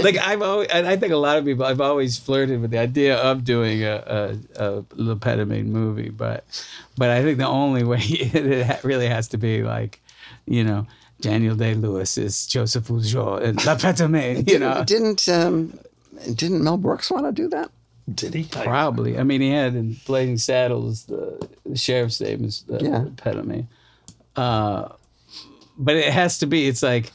like I've always, and I think a lot of people, I've always flirted with the idea of doing a a, a Lepetamine movie, but but I think the only way it ha- really has to be like, you know, Daniel Day Lewis is Joseph Pujol and Lepetamine, you know.
Didn't um, didn't Mel Brooks want to do that?
Did he? I-
Probably. I mean, he had in Blazing Saddles the sheriff's name is uh,
Yeah.
Petamine. Uh, but it has to be. It's like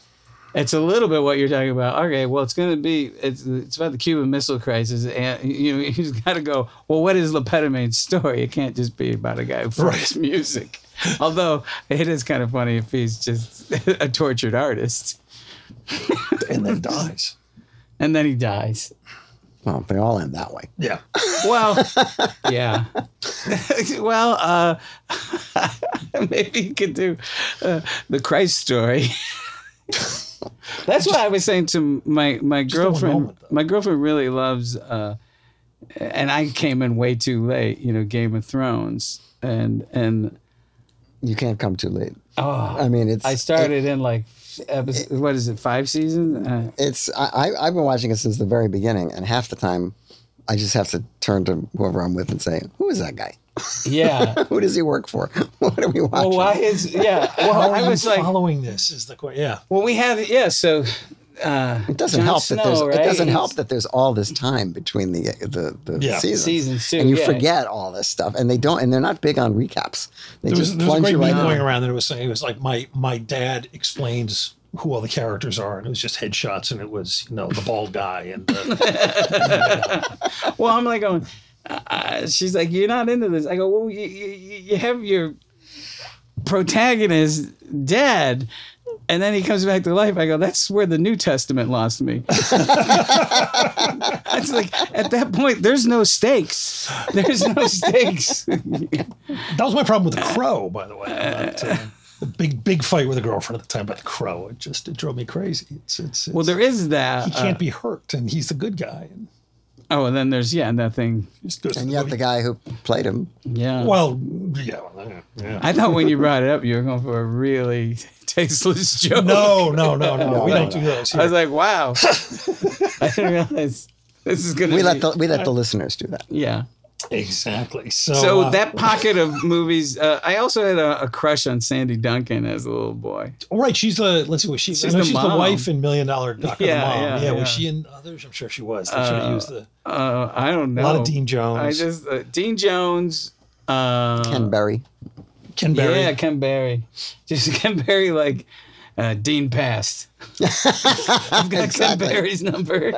it's a little bit what you're talking about. Okay, well, it's going to be it's it's about the Cuban Missile Crisis, and you know he's got to go. Well, what is Lepetamine's story? It can't just be about a guy who writes music. Although it is kind of funny if he's just a tortured artist
and then dies.
and then he dies.
Well, they all end that way.
Yeah.
Well, yeah. well, uh, maybe you could do uh, the Christ story. That's what I was saying to my my
that one
girlfriend.
moment,
my girlfriend really loves, uh, and I came in way too late. You know, Game of Thrones, and and
You can't come too late.
oh,
I mean, it's
I started in like episode, what is it, five seasons? Uh,
it's I, I I've been watching it since the very beginning, and half the time, I just have to turn to whoever I'm with and say, "Who is that guy?
yeah.
Who does he work for? what are we watching?"
Well, why is yeah?
How
Well,
are
I
you
was like,
following this is the question. Yeah.
well, we have yeah. So uh,
It doesn't
Jon
help
Snow,
that there's
right?
it doesn't
He's-
help that there's all this time between the the, the
Yeah.
seasons.
Seasons, too,
and you
yeah.
forget all this stuff, and they don't, and they're not big on recaps. They
There was,
just
there was a
plunge
great
you right
meme
in.
going around that it was saying it was like my my dad explains who all the characters are, and it was just headshots, and it was you know the bald guy and the,
Well, I'm like going. Uh, uh, she's like, you're not into this. I go, well, you, you, you have your protagonist dead, and then he comes back to life. I go, that's where the New Testament lost me. it's like at that point, there's no stakes. There's no stakes.
that was my problem with the crow, by the way. About, uh, the big big fight with a girlfriend at the time about the crow. It just it drove me crazy. It's it's, it's
well, there is that.
he can't
uh,
be hurt, and he's the good guy. And
oh, and then there's yeah, nothing.
just goes to
And yet, the
movie.
guy who played him,
Yeah.
well, yeah, well, yeah.
I thought when you brought it up, you were going for a really tasteless joke.
no, no, no, no, we
no,
don't do those.
I was
here.
like, wow. I didn't realize this is going to
we
be.
let the we let the listeners do that.
yeah.
exactly. So
So
uh,
that pocket of movies. Uh, I also had a, a crush on Sandy Duncan as a little boy.
All Oh, right, she's the let's see what she,
She's
I know
the
she's
mom.
the wife in Million Dollar Doctor
Yeah,
Mom.
yeah,
Yeah,
yeah.
was she in others? I'm sure she was. They should have used the
Uh, I don't know.
a lot of Dean Jones,
I just uh, Dean Jones. Uh,
Ken Berry,
Ken Berry.
Yeah, Ken Barry. Just Ken Barry like uh, Dean passed. I've got Ken Barry's number.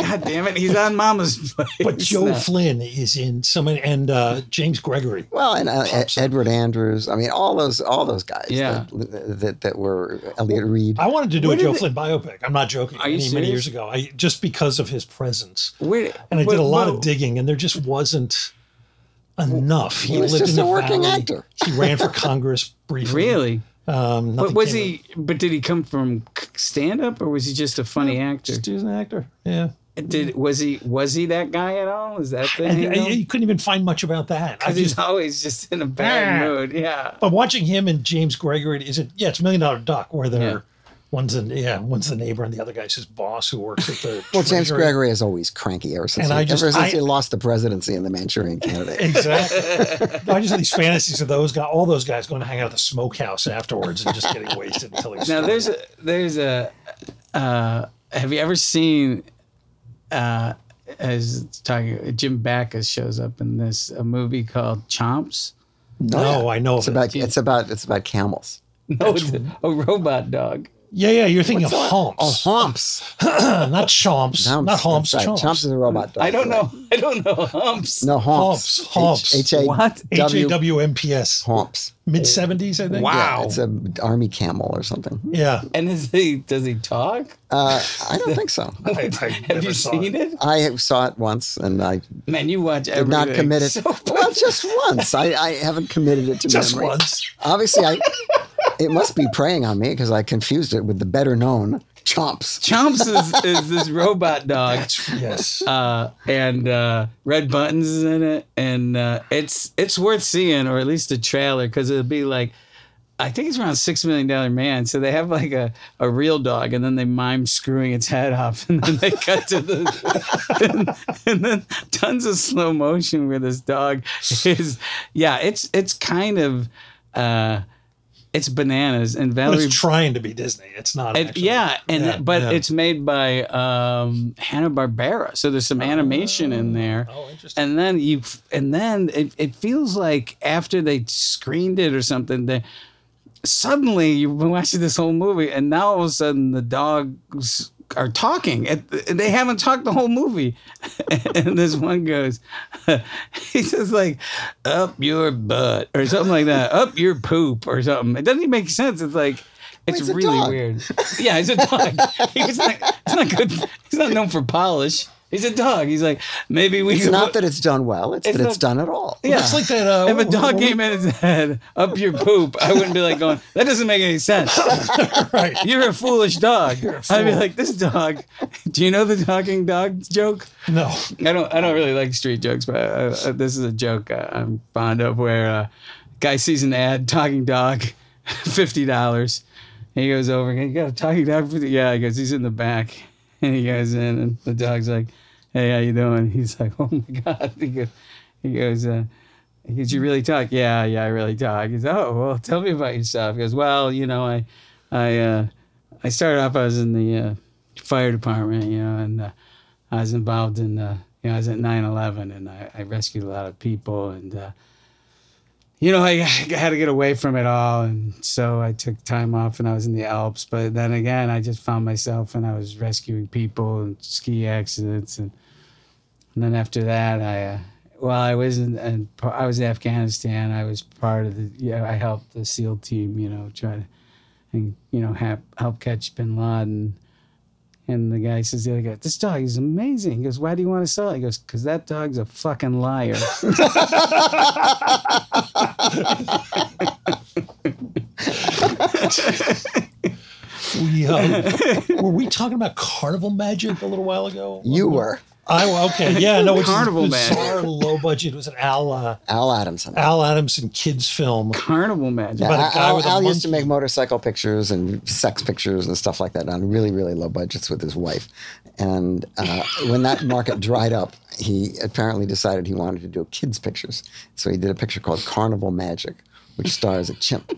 God damn it, he's on Mama's place.
but Joe
now.
Flynn is in some and uh, James Gregory.
well, and uh,
Pops up.
Edward Andrews. I mean, all those all those guys.
Yeah.
that that, that were Elliot Reed.
I wanted to do
Where
a
did
Joe
they-
Flynn biopic. I'm not joking.
Are you
many, many
serious?
years ago, I just because of his presence,
Wait,
and I
but-
did a lot
but-
of digging, and there just wasn't enough. He,
was just
the
a working
valley.
actor.
He ran for Congress briefly.
Really?
Um,
But
nothing
was
came of it.
he? But did he come from stand up, or was he just a funny actor?
Just he was an actor. Yeah.
Did was he was he that guy at all? Is that the
and I,
angle?
you couldn't even find much about that. I
Because
just,
he's always just in a bad
Ah.
mood. Yeah.
but watching him and James Gregory is it? Yeah, it's Million Dollar Duck, where they're
Yeah.
one's the yeah, one's the neighbor and the other guy's his boss who works at the.
well, James
Treasury.
Gregory is always cranky ever since
And
he,
I just-
ever since
I-
he lost the presidency in the Manchurian Candidate.
Exactly. I just had these fantasies of those guys, all those guys going to hang out at the smokehouse afterwards and just getting wasted until he's
Now there's a there's a uh, have you ever seen uh, as talking Jim Backus shows up in this a movie called Chomps?
no, I know.
It's
of it.
about it's about it's about camels.
No, it's a, a robot dog.
yeah, yeah. You're thinking of humps,
Oh, humps.
not chomps, not humps,
That's right.
chomps,
Chomps is a robot dog.
I don't
you're right.
know. I don't know humps.
No, humps.
Humps, humps.
H A
What?
H A
W
W M P S,
humps.
mid seventies, I think.
Wow.
Yeah, it's an army camel or something.
Yeah,
And is he does he talk?
Uh, I don't think so.
I, I
Have you seen it?
I have- saw it once and I
Man, you watch
did
everything.
not commit it.
So
well, just once. I, I haven't committed it to
Just
memory.
once.
Obviously, I. It must be preying on me because I confused it with the better known chomps.
Chomps is, is this robot dog,
Yes.
uh, and uh, Red Buttons is in it, and uh, it's it's worth seeing, or at least a trailer, because it'll be like, I think it's around six million dollar man. So they have like a, a real dog, and then they mime screwing its head off, and then they cut to the, and, and then tons of slow motion where this dog is, yeah, it's it's kind of. Uh, it's bananas and
But
Valerie
it's trying to be Disney. It's not.
And-
actually.
yeah, and
Yeah,
but
yeah.
it's made by um, Hanna Barbera, so there's some animation in there.
Oh, interesting.
And then you, and then it, it feels like after they screened it or something, they suddenly you've been watching this whole movie, and now all of a sudden the dogs are talking. At the- and they haven't talked the whole movie, and this one goes, he says like, "Up your butt" or something like that, "Up your poop" or something. It doesn't even make sense. It's like. It's,
it's a
really
dog.
weird. Yeah, it's a dog. He was not, it's not good. He's not known for polish. He's a dog. He's like, maybe we.
It's
could
not
put-
that it's done well. It's,
It's
that
not-
it's done at all.
Yeah.
It's like that. Uh,
if a
what-
dog
what-
came in and said, up your poop, I wouldn't be like going, that doesn't make any sense.
right.
You're a foolish dog. I'd be
fool.
like, this dog. Do you know the talking dog joke?
No.
I don't. I don't really like street jokes, but uh, uh, this is a joke uh, I'm fond of. Where uh, guy sees an ad, talking dog, fifty dollars. He goes over and you got a talking dog for the yeah. He goes, he's in the back, and he goes in, and the dog's like, hey, how you doing? He's like, oh my god. He goes, he goes. Uh, he goes, you really talk? Yeah, yeah, I really talk. He goes, oh well, tell me about yourself. He goes, well, you know, I, I, uh, I started off. I was in the uh, fire department, you know, and. Uh, I was involved in, uh, you know, I was at 9 11 and I, I rescued a lot of people. And, uh, you know, I, I had to get away from it all. And so I took time off and I was in the Alps. But then again, I just found myself and I was rescuing people and ski accidents. And, and then after that, I, uh, well, I was in, in, I was in Afghanistan. I was part of the, yeah, I helped the SEAL team, you know, try to, and, you know, help, help catch bin Laden. And the guy says, the other guy, this dog is amazing. He goes, why do you want to sell it? He goes, because that dog's a fucking liar.
We, um, were we talking about carnival magic a little while ago?
You were
I okay. Yeah, no, which
Carnival
is
Magic.
bizarre, low budget. It was an Al uh,
Al Adamson.
Al Adamson kids film.
Carnival magic.
Yeah,
About a
Al,
guy with a
Al used to
monkey.
make motorcycle pictures and sex pictures and stuff like that on really, really low budgets with his wife. And uh, when that market dried up, he apparently decided he wanted to do kids' pictures. So he did a picture called Carnival Magic, which stars a chimp.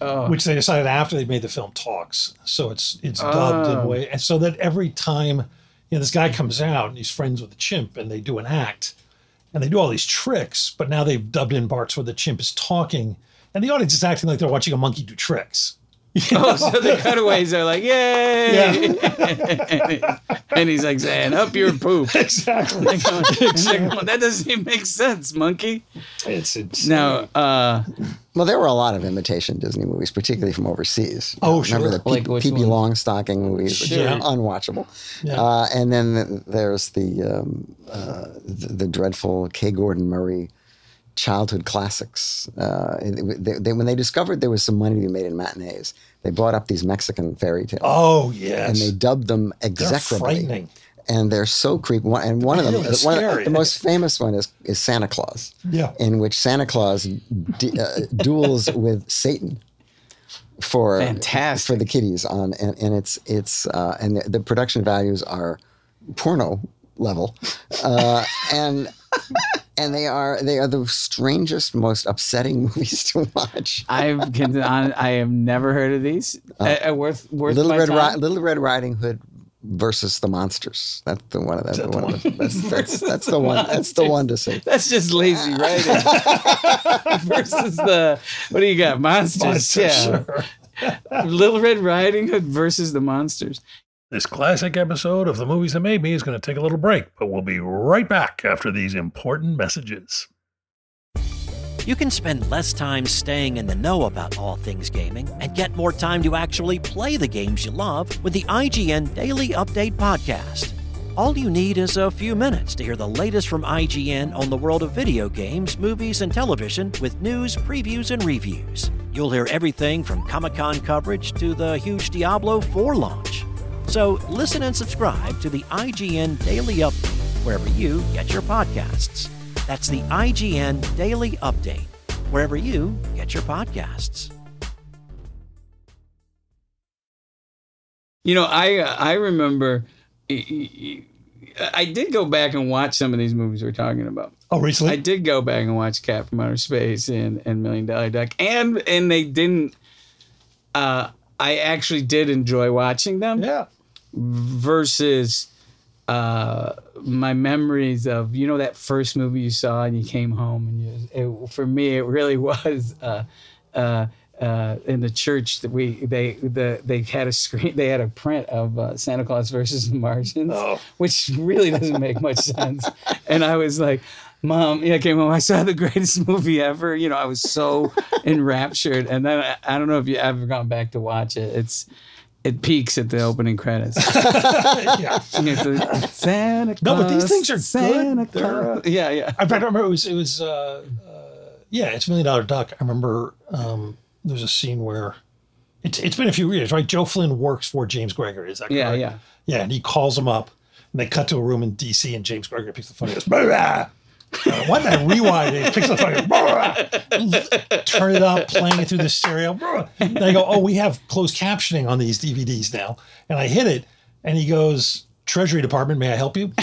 Oh.
which they decided after they made the film talks. So it's it's dubbed
Oh.
in a way, and so that every time you know this guy comes out and he's friends with the chimp, and they do an act, and they do all these tricks, but now they've dubbed in parts where the chimp is talking, and the audience is acting like they're watching a monkey do tricks.
Oh, so the cutaways are like, yay. and he's like saying, up your poop.
Exactly.
They're going- they're going, that doesn't even make sense, monkey.
it's it's
Now, uh,
Well, there were a lot of imitation Disney movies, particularly from overseas.
Oh,
Remember
sure.
the P-
Like which
P.B.
one?
Longstocking movies, which
Sure.
are unwatchable.
Yeah.
Uh, and then th- there's the, um, uh, the the dreadful K. Gordon Murray childhood classics. Uh, and they, they, when they discovered there was some money to be made in matinees, they brought up these Mexican fairy tales
oh
and
yes,
they dubbed them
they're
execrably.
frightening.
And they're so creepy. One- And one of them,
Really
one of the,
scary.
the most famous one is, is Santa Claus
Yeah.
in which Santa Claus d- uh, duels with Satan for
Fantastic.
for the kiddies on and, and it's it's uh, and the, the production values are porno level uh, and and they are they are the strangest most upsetting movies to watch
I've con- I I have never heard of these. Uh, uh, worth worth
Little
my
Red
time?
Ri- Little Red Riding Hood versus the monsters that's the one of that, one, of the, that's, that's, that's the one that's the one to see
That's just lazy writing. versus the what do you got? Monsters. yeah. Little Red Riding Hood versus the monsters.
This classic episode of The Movies That Made Me is going to take a little break, but we'll be right back after these important messages.
You can spend less time staying in the know about all things gaming and get more time to actually play the games you love with the IGN Daily Update podcast. All you need is a few minutes to hear the latest from IGN on the world of video games, movies, and television with news, previews, and reviews. You'll hear everything from Comic Con coverage to the huge Diablo 4 launch. So listen and subscribe to the IGN Daily Update wherever you get your podcasts. That's the IGN Daily Update, wherever you get your podcasts.
You know, I uh, I remember I I did go back and watch some of these movies we're talking about.
Oh, recently.
I did go back and watch Cat from Outer Space and, and Million Dollar Duck, and and they didn't. Uh, I actually did enjoy watching them.
yeah.
versus uh, my memories of you know that first movie you saw and you came home and you, it, for me it really was uh, uh, uh, in the church that we they the they had a screen they had a print of uh, Santa Claus versus the Martians which really doesn't make much sense and I was like. Mom, yeah, I came home. I saw the greatest movie ever. You know, I was so enraptured. And then I, I don't know if you ever gone back to watch it. It's It peaks at the opening credits.
yeah.
And it's a- Santa Claus.
No, but these things are
Santa
good. They're-
Claus. Yeah, yeah.
I remember it was it was uh, uh, yeah, it's Million Dollar Duck. I remember um, there was a scene where it's it's been a few years, right? Joe Flynn works for James Gregory. Is that correct?
Yeah, yeah.
Yeah, and he calls him up, and they cut to a room in D.C. and James Gregory picks the phone. He goes, "Blah, blah." Uh, why did I rewind it? He picks up the phone, he goes, "Blah." turn it up, playing it through the stereo. "Blah." And I go, "Oh, we have closed captioning on these DVDs now," and I hit it, and he goes. Treasury Department, may I help you?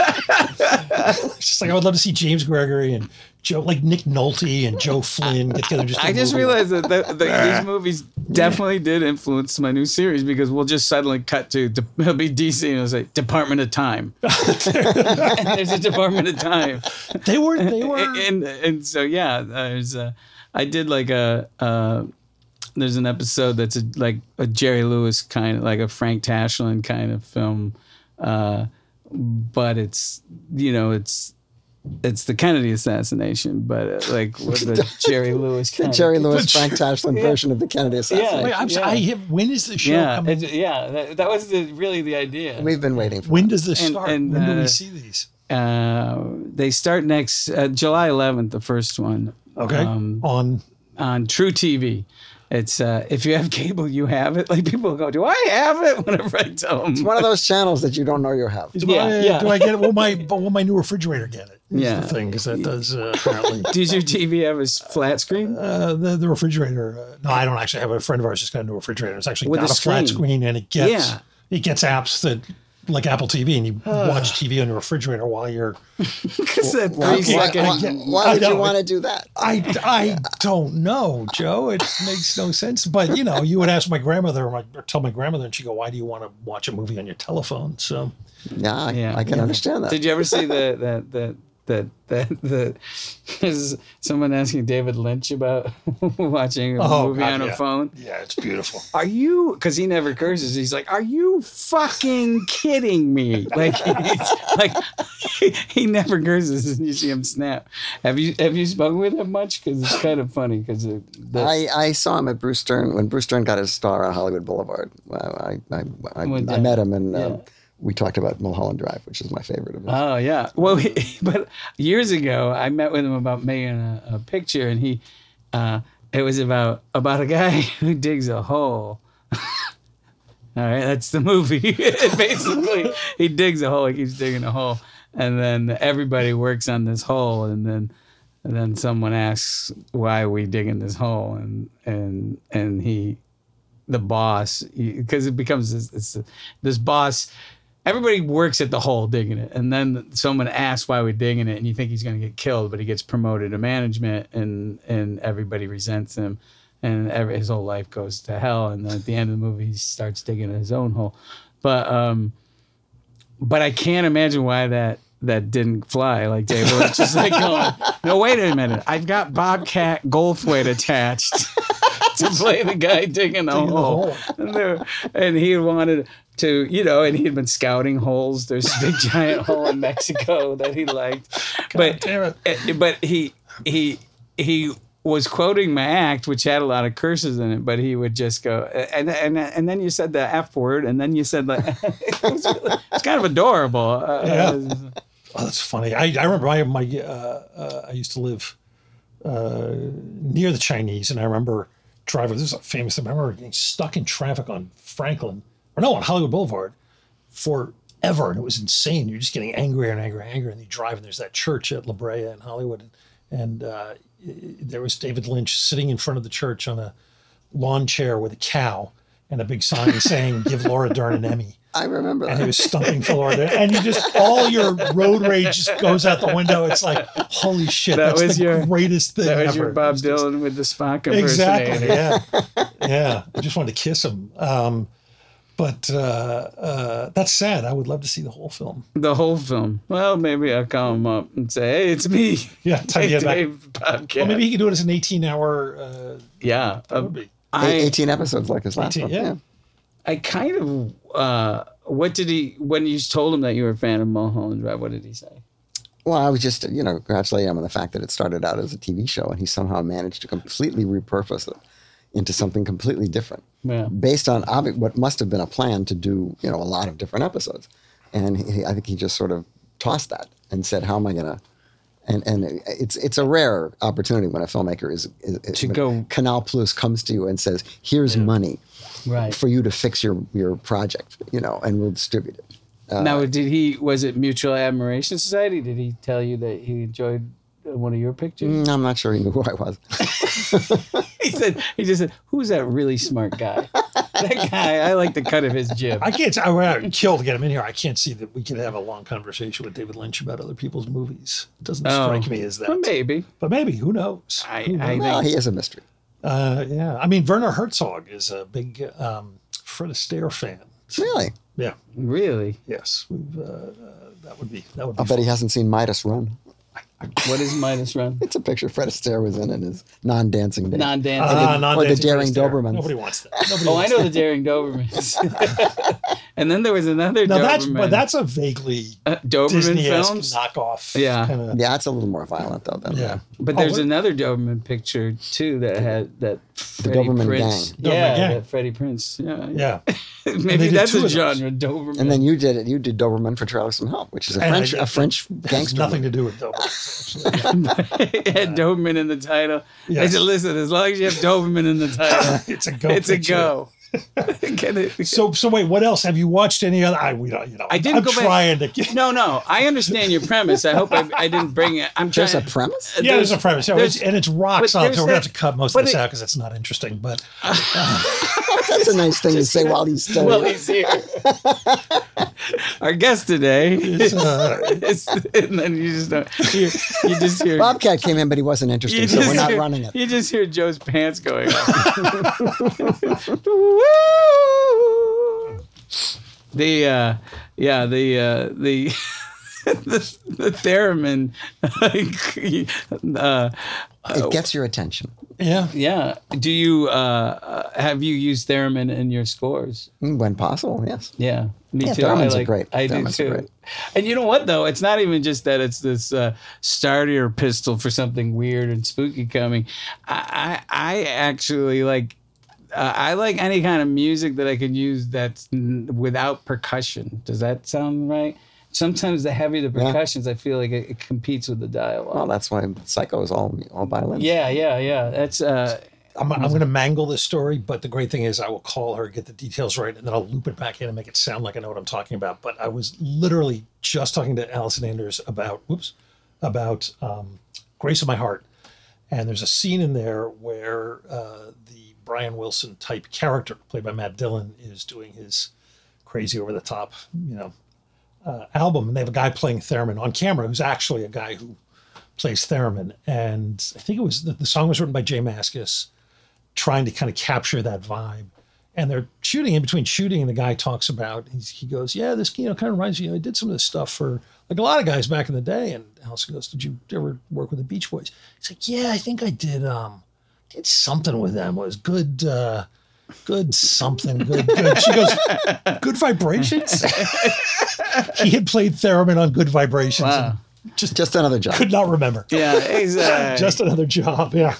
It's just like I would love to see James Gregory and Joe, like Nick Nolte and Joe Flynn get together. and Just do
I
a
just
movie.
realized that the, the, these movies definitely did influence my new series because we'll just suddenly cut to de- it'll be DC and it'll say Department of Time. and there's a Department of Time.
They were they were
and and so yeah, there's a, I did like a uh, there's an episode that's a, like a Jerry Lewis kind of like a Frank Tashlin kind of film, uh, but it's you know it's it's the Kennedy assassination, but uh, like with the Jerry Lewis
The
kind of-
Jerry Lewis, Frank Tashlin version of the Kennedy assassination.
Wait, I'm
yeah.
sorry. I hit, when is the show
yeah,
coming?
it- yeah. That, that was the, really the idea.
We've been waiting for
When does this
and-
start?
and,
when do
uh,
we see these?
Uh, they start next uh, July 11th, the first one
Okay,
um,
on
on True TV. It's uh, if you have cable, you have it. Like people go, "Do I have it?" Whenever I tell them,
It's one of those channels that you don't know you have.
is
yeah,
my-
yeah.
Do I get it? Will my but will my new refrigerator get it? Is
Yeah.
the thing because that does uh, apparently.
"Does your TV have a s- flat screen?"
Uh, the, the refrigerator. Uh, no, I don't actually have a friend of ours just got a new refrigerator. It's actually
With
got
a
a, flat
screen.
screen, and it gets
Yeah.
it gets apps that like Apple TV, and you watch TV on the refrigerator while you're.
Because that
Why,
three
why,
second.
why-
Yeah.
why
I
would
know.
you want to do that?
I, I don't know, Joe. It makes no sense. But you know, you would ask my grandmother or, my, or tell my grandmother, and she go, "Why do you want to watch a movie on your telephone?" So
Yeah, I,
Yeah.
I can understand that.
Did you ever see the that that that that the is someone asking David Lynch about watching a
Oh,
movie
God,
on a
yeah.
phone?
yeah, it's beautiful.
Are you? Because he never curses. He's like, "Are you fucking kidding me?" Like, he's, like he never curses, and you see him snap. Have you have you spoken with him much? Because it's kind of funny. Because
I, I saw him at Bruce Stern when Bruce Stern got his star on Hollywood Boulevard. I, I, I, I,
Went
I
down.
met him and
Yeah.
um, we talked about Mulholland Drive, which is my favorite of his.
Oh yeah. Well, he, but years ago, I met with him about making a, a picture, and he, uh, it was about about a guy who digs a hole. All right, that's the movie. Basically, he digs a hole. He keeps digging a hole, and then everybody works on this hole, and then. And then someone asks why we digging this hole, and and and he the boss because it becomes this, this, this boss. Everybody works at the hole digging it, and then someone asks why we're digging it, and you think he's going to get killed, but he gets promoted to management, and and everybody resents him, and every, his whole life goes to hell. And then at the end of the movie, he starts digging his own hole, but um, but I can't imagine why that that didn't fly. Like David was just like going, no, wait a minute, I've got Bobcat Goldthwait attached to play the guy digging a hole. And, there- and he wanted to, you know, and he'd been scouting holes. There's a big giant hole in Mexico that he liked. but
damn
eh, but he he he was quoting my act, which had a lot of curses in it, but he would just go and and and then you said the F word, and then you said like it was really- it's kind of adorable. Uh,
Yeah. Oh, that's funny. I, I remember I my uh, uh, I used to live uh, near the Chinese, and I remember driving. This is a famous. I remember getting stuck in traffic on Franklin, or no, on Hollywood Boulevard, forever, and it was insane. You're just getting angrier and angrier and angrier, and you drive, and there's that church at La Brea in Hollywood, and, and uh, there was David Lynch sitting in front of the church on a lawn chair with a cow and a big sign saying "Give Laura Dern an Emmy."
I remember
and he
that.
was stumping Florida. And you just all your road rage just goes out the window. It's like, holy shit,
That
that's
was
the
your-
greatest thing
that was
ever.
your Bob
It was just-
Dylan with the Spock
Exactly.
impersonator.
Yeah. yeah. I just wanted to kiss him. Um, but uh, uh, that's sad. I would love to see the whole film.
The whole film. Well, maybe I'll call him up and say, "Hey, it's me,
Yeah, time to
Dave
get back.
Bobcat."
Well, maybe he could do it as an 18 hour. Uh,
yeah.
that would be.
Eight-
I
18 episodes like his last
18,
one.
yeah.
I kind of. Uh, what did he when you told him that you were a fan of Mulholland Drive? What did he say?
Well, I was just, you know, congratulating him on the fact that it started out as a TV show and he somehow managed to completely repurpose it into something completely different
Yeah.
based on obvi- what must have been a plan to do you know a lot of different episodes and he, i think he just sort of tossed that and said how am i going to and and it's it's a rare opportunity when a filmmaker is, is
To
when
go-
canal plus comes to you and says here's money
Right.
for you to fix your your project you know and we'll distribute it
now, did he? Was it Mutual Admiration Society? Did he tell you that he enjoyed uh, one of your pictures?
Mm, i'm not sure he knew who i was
he said. He just said, "Who's that really smart guy? that guy. I like the cut of his jib."
I can't. I would kill to get him in here. I can't see that we could have a long conversation with David Lynch about other people's movies. It doesn't strike me as that.
Oh. Well, maybe.
But maybe who knows?
I,
Who
I
knows?
well
think.
he is a mystery
Uh, yeah, I mean Werner Herzog is a big um, Fred Astaire fan. So,
really
Yeah.
Really?
Yes. We've, uh, uh, that would be. That would be.
i bet he hasn't seen midas run
What is minus run?
it's a picture fred astaire was in in his non-dancing days
Non-dancing.
Ah,
or the
non-dancing Fred
daring
Astaire.
Dobermans.
Nobody wants that. Nobody
oh, I
wants
know the daring Dobermans. and then there was another
That. Now
Doberman.
that's but that's a vaguely
uh, Doberman
Disney-esque
films.
knockoff.
Yeah.
Kinda,
yeah it's a little more violent though than
Yeah.
But
Oh,
there's
what-
another Doberman picture too that had that Freddie
Doberman
gang.
Prince. Yeah,
Doberman gang.
that Freddie Prince. Yeah,
Yeah.
Maybe
did
that's
two
a
of those.
genre Doberman.
And then you did it. You did Doberman for Charlie Some Help, which is a
And I-
French, a French
It has
gangster.
nothing
movie.
to do with Dobermans. actually.
it had Doberman in the title. I
Yes.
said, listen, as long as you have Doberman in the title,
it's a go.
it's a
picture.
go. Get it?
So so wait, what else have you watched? Any other? I we don't. You know,
I didn't
I'm
go back-
trying to get.
no, no, I understand your premise. I hope I, I didn't bring it. I'm
There's a
trying.
premise.
Yeah, there's, a premise, so
there's-
it's, and it's rock
but
solid.
there's
So we're gonna
that-
have to cut most
but
of this
it-
out because it's not interesting. But
That's a nice thing to say while he's still.
well, he's here. Our guest today.
it's, uh,
is- and then you just don't. You, you just hear.
Bobcat came in, but he wasn't
you
interesting, so we're
just
not
hear-
running it.
You just hear Joe's pants going off. the uh, yeah the uh, the. the, the theremin uh,
It gets your attention.
yeah,
yeah do you uh, uh, have you used theremin in your scores
Mm, When possible, yes.
Yeah, me
Yeah,
too. I
theremins are
like,
great.
I do
Theremins are
too.
great.
And you know what though? It's not even just that it's this uh, starter pistol for something weird and spooky coming. I I, I actually like. Uh, I like any kind of music that I can use that's n- without percussion. Does that sound right? Sometimes the heavier the
Yeah.
percussions, I feel like it, it competes with the dialogue.
Well, that's why Psycho is all all violin.
yeah, yeah, yeah. That's uh,
I'm, I'm going to mangle this story. But the great thing is, I will call her, get the details right, and then I'll loop it back in and make it sound like I know what I'm talking about. But I was literally just talking to Allison Anders about whoops, about um, Grace of My Heart, and there's a scene in there where uh, the Brian Wilson type character, played by Matt Dillon, is doing his crazy over the top, you know, uh, album, and they have a guy playing theremin on camera who's actually a guy who plays theremin. And I think it was the, the song was written by Jay Maskus, trying to kind of capture that vibe. And they're shooting in between shooting, and the guy talks about he's, he goes, "Yeah, this you know kind of reminds me. I did some of this stuff for like a lot of guys back in the day." And Allison goes, "Did you ever work with the Beach Boys?" He's like, "Yeah, I think I did. Um, did something with them. It was good." Uh, Good something, good, good. She goes, good vibrations. he had played theremin on good vibrations. and
wow.
just just another job.
could not remember.
yeah, exactly.
Just another job. Yeah.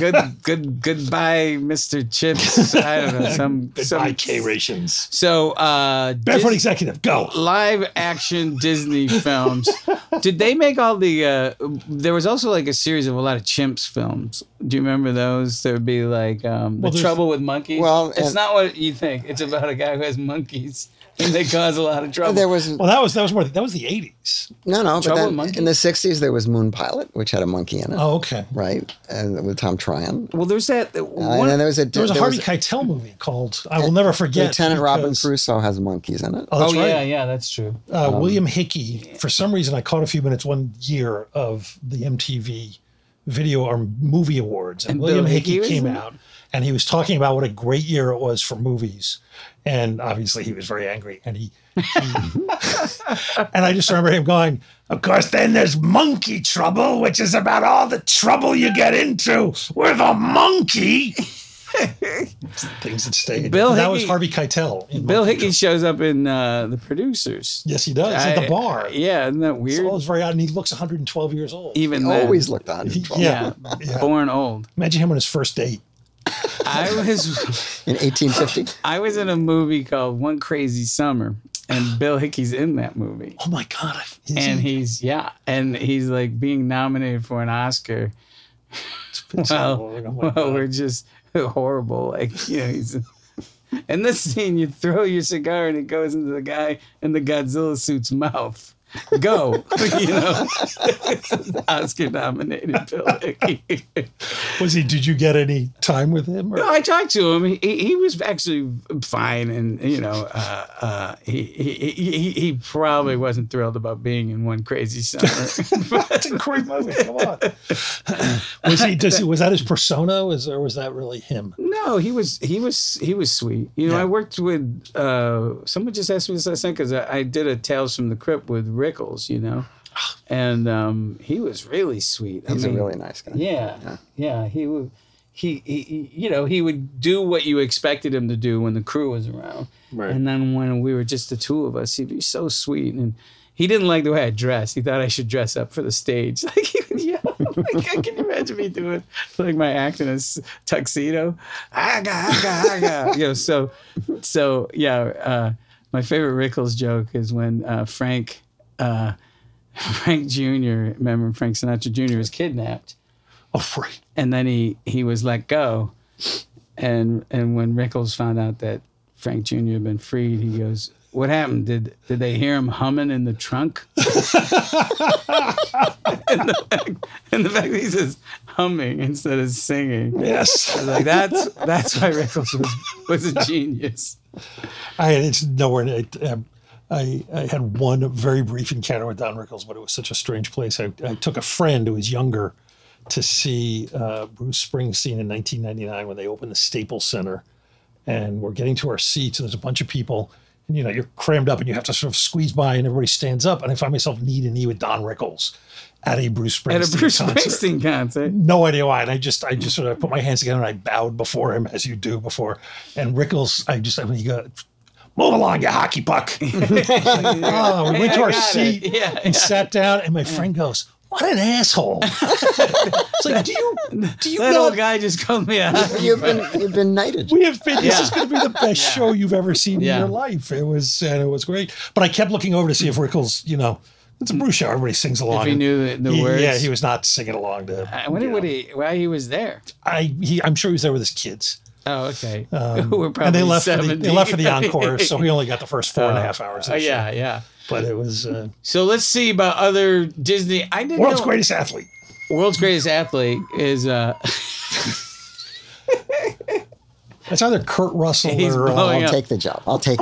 good, good, goodbye, Mr. Chips. I don't know some some
rations.
So, uh,
Barefoot
Dis-
executive, go.
live action Disney films. Did they make all the? Uh, there was also like a series of a lot of chimps films. Do you remember those? There would be like um,
Well,
the
there's-
Trouble with Monkeys.
Well,
it's
and-
not what you think. It's about a guy who has monkeys and they cause a lot of trouble.
There was
Well, that was that was more that was the eighties.
no, no. But
Trouble with
then
Monkeys?
in the '60s, there was Moon Pilot, which had a monkey in it,
Oh, okay.
right? And with Tom Tryon.
well, there's that.
Uh, and then
one,
there was a
There was a Eh,
there
Harvey Keitel movie called I Will Never Forget.
Lieutenant Robin
because-
Crusoe has monkeys in it.
Oh,
oh
that's right.
yeah, yeah, that's true.
Uh, William Hickey. For some reason, I caught a few minutes one year of the MTV Video or Movie Awards, and,
And
William
Bill Hickey
Hickey
was
came
in it?
out, and he was talking about what a great year it was for movies, and obviously he was very angry, and he. he- and I just remember him going, Of course, then there's monkey trouble, which is about all the trouble you get into with a monkey. Things that stay.
Bill
that was
Hickey-
Harvey Keitel. in
Bill
Monkey
Hickey
Trouble.
shows up in uh, the producers.
Yes, he does. at
I-
the bar.
Yeah, isn't that weird?
It's always very odd, and he looks 112 years old.
Even
He
then.
always looked on.
yeah.
yeah, born old.
Imagine him on his first date.
I was
in 1850.
I was in a movie called One Crazy Summer, and Bill Hickey's in that movie.
Oh my god! Is
and
he-
he's yeah, and he's like being nominated for an Oscar.
been so
Well,
long, oh my
well,
God.
we're just horrible. Like you know, he's. In this scene, you throw your cigar and it goes into the guy in the Godzilla suit's mouth. Go, you know, Oscar nominated Bill Hickey.
was he? Did you get any time with him? Or?
No, I talked to him. He, he was actually fine, and you know, uh, uh, he, he, he he probably wasn't thrilled about being in one crazy summer.
That's a great movie. Come on. was he? Does he? Was that his persona? Was or was that really him?
no, he was he was he was sweet. You know, I worked with uh, someone just asked me this last night because I, I did a Tales from the Crypt with Rickles. You know, and um, he was really sweet.
Ah. He's
I mean,
a really nice guy.
Yeah, yeah, He would, he, he, he- you know, he would do what you expected him to do when the crew was around.
Right.
And then when we were just the two of us, he'd be so sweet. And he didn't like the way I dressed. He thought I should dress up for the stage. Like, he would yell. like I can imagine me doing like my act in a s- tuxedo. Aga, aga, aga. you know, so, so yeah. Uh, my favorite Rickles joke is when uh, Frank. Uh, Frank Jr. Remember Frank Sinatra Jr. was kidnapped.
Oh, right.
And then he he was let go. And and when Rickles found out that Frank Jr. had been freed, he goes, "What happened? Did did they hear him humming in the trunk?" and, the fact, and the fact that he says humming instead of singing.
Yes.
I was like that's that's why Rickles was, was a genius.
I it's nowhere. near- It, um, I, I had one very brief encounter with Don Rickles, but it was such a strange place. I, I took a friend who was younger to see uh, Bruce Springsteen in 1999 when they opened the Staples Center, and we're getting to our seats, and there's a bunch of people, and you know you're crammed up, and you have to sort of squeeze by, and everybody stands up, and I find myself knee to knee with Don Rickles at a Bruce Springsteen
At a Bruce
concert
Springsteen concert.
no idea why. And I just, I just sort of put my hands together and I bowed before him, as you do before. And Rickles, I just, I mean, he go, move along, you hockey puck. oh, we
Hey,
went
I
to our
got
seat
it. Yeah,
and sat down, and my friend goes, "What an asshole!" it's like, do you, do you
That
not?
old guy just called me out.
You've been you've been knighted.
We have been. This
Yeah.
is going to be the best show you've ever seen
Yeah.
in your life. It was, and it was great. But I kept looking over to see if Rickles, you know, it's a Bruce show. Everybody sings along.
he knew the- the
He- Yeah,
words.
he was not singing along to.
I wonder what he why he was there.
I, he, I'm sure he was there with his kids.
Oh, okay.
Um,
We're probably
and they left for
70.
the, they left for the encore, so we only got the first four and a half hours. of
Oh,
the show.
yeah, yeah.
but it was uh,
So let's see about other Disney. I didn't
world's
know
greatest athlete.
world's greatest athlete is uh
That's either Kurt Russell
He's
or
blowing
uh,
I'll
yeah.
take the job. I'll take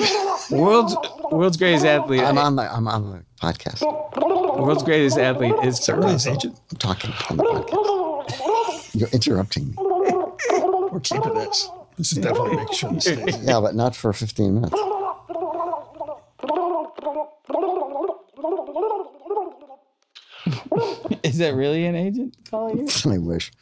it.
world's world's greatest athlete.
I'm on the I'm on the podcast.
Oh.
World's greatest athlete is Sir
his
Russell.
agent.
I'm talking on the podcast. You're interrupting me.
We're keeping this. This is definitely make sure this stays.
Yeah, but not for 15 minutes.
Is that really an agent calling you?
Oh.
I wish.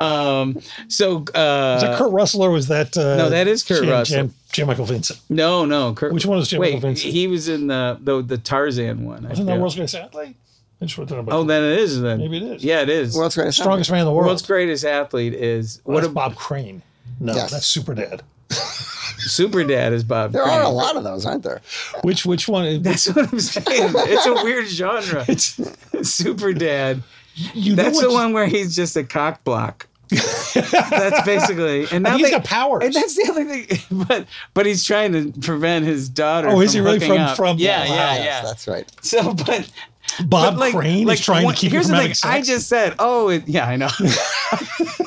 Um. So
Is
uh,
that Kurt Russell or was that uh,
No, that is Kurt
Jim,
Russell.
Jim, Jim Michael Vincent?
no, no. Kurt,
Which one was Jim
Wait,
Michael Vincent?
he was in the the, the Tarzan one. I
Isn't
feel.
that world's greatest athlete? I just wrote that about
oh, then it is then.
Maybe it is.
Yeah, it is.
World's greatest.
strongest man in the world.
World's greatest athlete is
what
what a
Bob Crane? No,
Yes.
that's Super Dad.
super dad is Bob.
There are a
Crane.
lot of those, aren't there?
Which which one?
That's what I'm saying. It's a weird genre.
It's,
Super Dad.
you know
That's
what
the
you-
one where he's just a cock block. that's basically, and now
He's
they,
got powers.
and that's the other thing. But but he's trying to prevent his daughter.
Oh, is
from
he really
hooking
from-
up.
from-
Yeah,
wow.
yeah,
Yes,
yeah.
that's right.
So, but
Bob
but like,
Crane
like
is trying
one-
to keep you
Here's
from
the
having
thing.
sex.
I just said, oh, it, yeah, I know.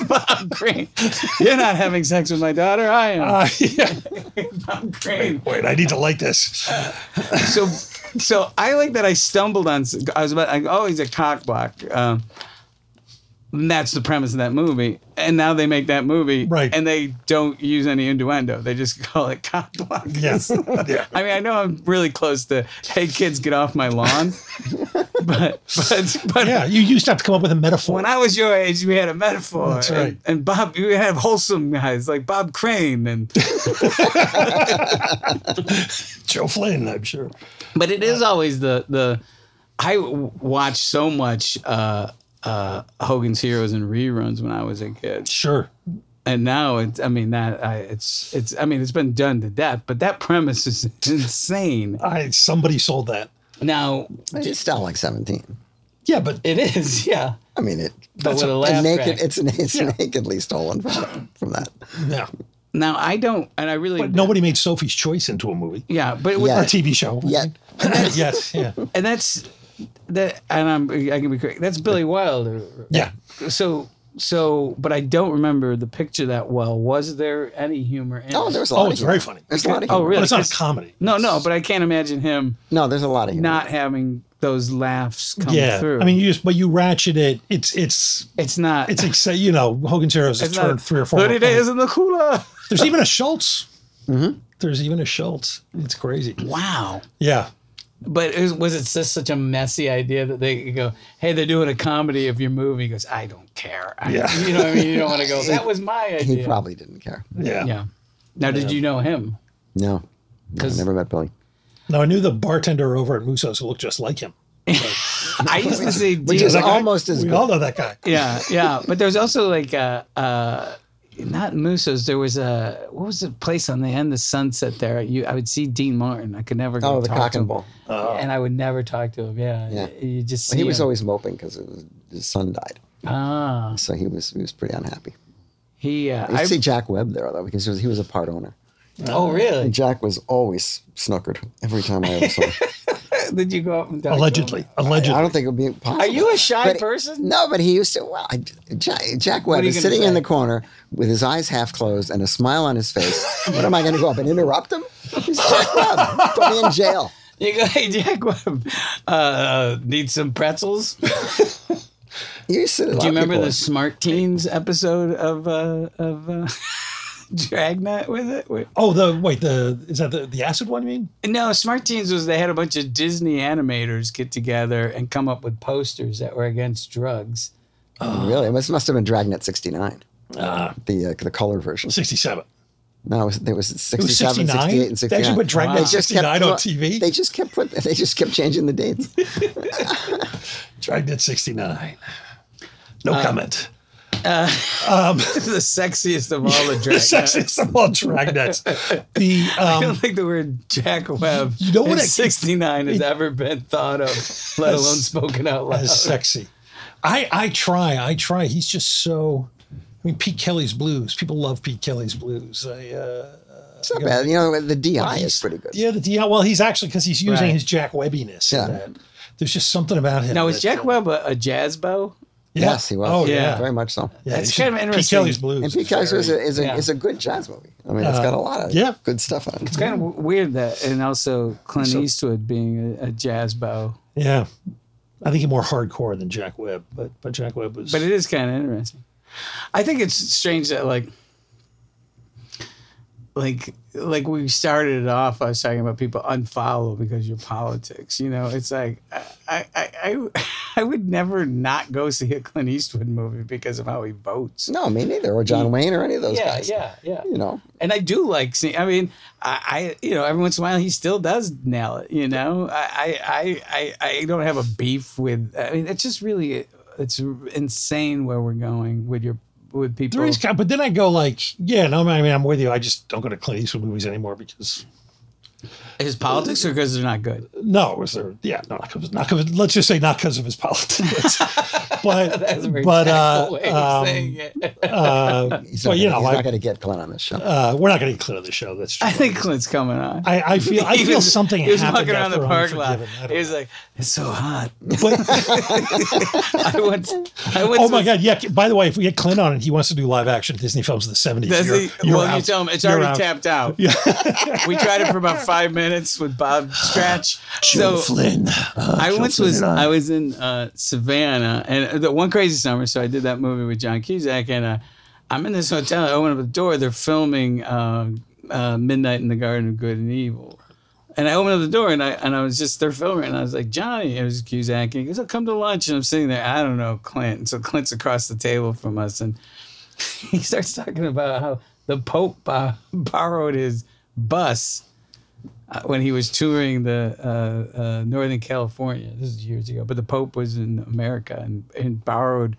Bob Crane, you're not having sex with my daughter. I am.
Uh, yeah.
Bob Crane.
Wait, I need to like this.
so so I like that I stumbled on. I was about like, oh, he's a cock block. Um, and that's the premise of that movie. And now they make that movie,
Right.
And they don't use any innuendo. They just call it cock block.
Yes. yeah.
I mean, I know I'm really close to hey kids, get off my lawn, but but but
Yeah. You used to have to come up with a metaphor.
when I was your age, we had a metaphor.
That's right.
And, and Bob, we had wholesome guys like Bob Crane, and
Joe Flynn, I'm sure.
but it is always the the I w- watch so much uh, uh, Hogan's Heroes and reruns when I was a kid.
Sure.
And now it's, I mean, that I, it's, it's, I mean, it's been done to death, but that premise is insane.
I, somebody sold that.
Now,
it's not like 17.
Yeah, but
it is. Yeah.
I mean, it,
but with a, laugh
naked,
track.
it's, it's nakedly stolen from, from that.
Yeah.
Now I don't, and I really.
But nobody made Sophie's Choice into a movie.
yeah, but it was,
Or
Yeah.
a TV show.
Yeah.
yes. Yeah.
and that's that, and I'm I can be correct. That's Billy Wilder.
Yeah.
So so, but I don't remember the picture that well. Was there any humor? in
Oh,
it?
there's a lot
Oh,
of
it's
humor.
very funny.
There's a lot of
Oh,
humor.
But
really?
it's not a
'Cause-
comedy.
No, no, but I can't imagine him
No, there's a lot of humor.
not having those laughs come
yeah.
through.
I mean, you just but you ratchet it. It's it's
it's not.
it's ex- you know Hogan's Heroes has
it's not
turned three or four.
Thirty
more
days in the cooler.
times. There's even a Schultz. There's even a Schultz. It's crazy.
Wow.
Yeah.
But it was, was it just such a messy idea that they could go, "Hey, they're doing a comedy of your movie." He goes, "I don't care." I,
Yeah.
You know what I mean? You don't want to go. That was my
He
idea.
probably didn't care.
Yeah.
yeah. Now, did you know him?
No. No, I
'Cause-
never met Billy.
Now I knew the bartender over at Muso's who looked just like him.
I used to say,
Which is
That guy-
almost as
we
good.
all know that guy.
yeah, yeah. But there's also like uh uh not Musos. There was a what was the place on the end of Sunset there? You, I would see Dean Martin. I could never. Go
Oh, the
talk
cock
to
and
him.
ball.
and I would never talk to him. Yeah,
Yeah.
You just see
he was
him.
always moping because his son died.
ah
So he was he was pretty unhappy.
he. Uh,
I
I,
see Jack Webb there though because he was, he was a part owner.
oh really?
And Jack was always snookered every time I ever saw him.
Did you go up and talk to him?
Allegedly. Allegedly.
I don't think it would be possible.
Are you a shy
But-
person?
No, but he used to. Well, I, Jack, Jack
What
Webb
are you
is
gonna
sitting in
say?
the corner with his eyes half closed and a smile on his face. what am I going to go up and interrupt him? He's Jack Webb. Put me in jail.
You go, hey Jack, Webb, uh, uh, need some pretzels? Do
You used to. Do
you remember the Smart Teens episode of uh, of uh, Dragnet with it? With-
Oh, the wait, the is that the, the acid one? You mean?
No, Smart Teens was they had a bunch of Disney animators get together and come up with posters that were against drugs.
Really, this must have been Dragnet '69. the uh, the color version.
Sixty-seven.
No, it was, it was
69?
67, 68, and
They actually
69.
put Dragnet
They just
69 on
well,
TV?
They just kept put, they just kept changing the dates.
Dragnet sixty-nine. No
Uh,
comment.
the sexiest of all the
The
Dragnet.
sexiest of all Dragnets. The
I don't
um,
think the word Jack Webb
You know what
in
I-
69 has ever been thought of, let alone spoken out loud.
as sexy. I I try. I try. He's just so. I mean, Pete Kelly's blues. People love Pete Kelly's blues. I, uh,
It's not bad. You know, the DI is
he's-
pretty good.
yeah, the yeah. Well, he's actually because he's using
Right.
his Jack Webbiness. in
Yeah.
that. There's just something about him.
Now, is
that- uh,
Jack Webb a, a jazz bow?
Yeah.
Yes, he was.
Oh yeah.
Yeah.
very much so.
Yeah,
That's
you should-
kind of
Pete
interesting.
Kelly's blues.
And
is
Pete Kelly's
very-
is a is a,
yeah. Uh,
is a good jazz movie. I mean, it's got a lot of
yeah.
good stuff in it.
It's kind of w- weird that, and also Clint Eastwood being a, a jazz bow.
Yeah. I think he's more hardcore than Jack Webb, but but Jack Webb was.
But it is kind of interesting. I think it's strange that like like like we started it off I was talking about people unfollow because your politics. You know, it's like I I I, I- I would never not go see a Clint Eastwood movie because of how he votes.
No, me neither, or John Wayne, or any of those guys.
yeah, yeah.
You know,
And I do like seeing. I mean, I, I you know every once in a while he still does nail it. You know, I I I I I don't have a beef with. I mean, it's just really it's insane where we're going with your with people.
there is kind but then I go like, yeah, no, I mean, I'm with you. I just don't go to Clint Eastwood movies anymore because
His politics or because they're not good.
no, it was there, yeah, no, not because, not because, let's just say not because of his politics, but but uh, um, uh,
he's not
but you
gonna-
know,
he's not
like,
going to get Clint on this show.
uh, we're not going to get Clint on the show. That's true.
I think Clint's coming on.
I, I feel I
He
feel
was-
something.
He was
happened
walking around the
after
park lot.
Unforgiven. I don't
He was
know.
like, "It's so hot."
But-
I once, I once
oh my
was-
god! Yeah. By the way, if we get Clint on and he wants to do live action Disney films of the seventies,
That's
you're,
the,
you're
well, you
out.
tell him it's
You're
already
out.
tapped out. we tried it for about five minutes with Bob Scratch.
Joe
So
Flynn. uh,
I once was I was in uh, Savannah and uh, the one crazy summer. So I did that movie with John Cusack and uh, I'm in this hotel. I open up the door. They're filming uh, uh, Midnight in the Garden of Good and Evil. And I opened up the door and I and I was just there filming and I was like, Johnny, it was Cusack. And he goes, oh, come to lunch. And I'm sitting there, I don't know, Clint. And so Clint's across the table from us and he starts talking about how the Pope uh, borrowed his bus uh, when he was touring the uh, uh, Northern California. This is years ago, but the Pope was in America and, and borrowed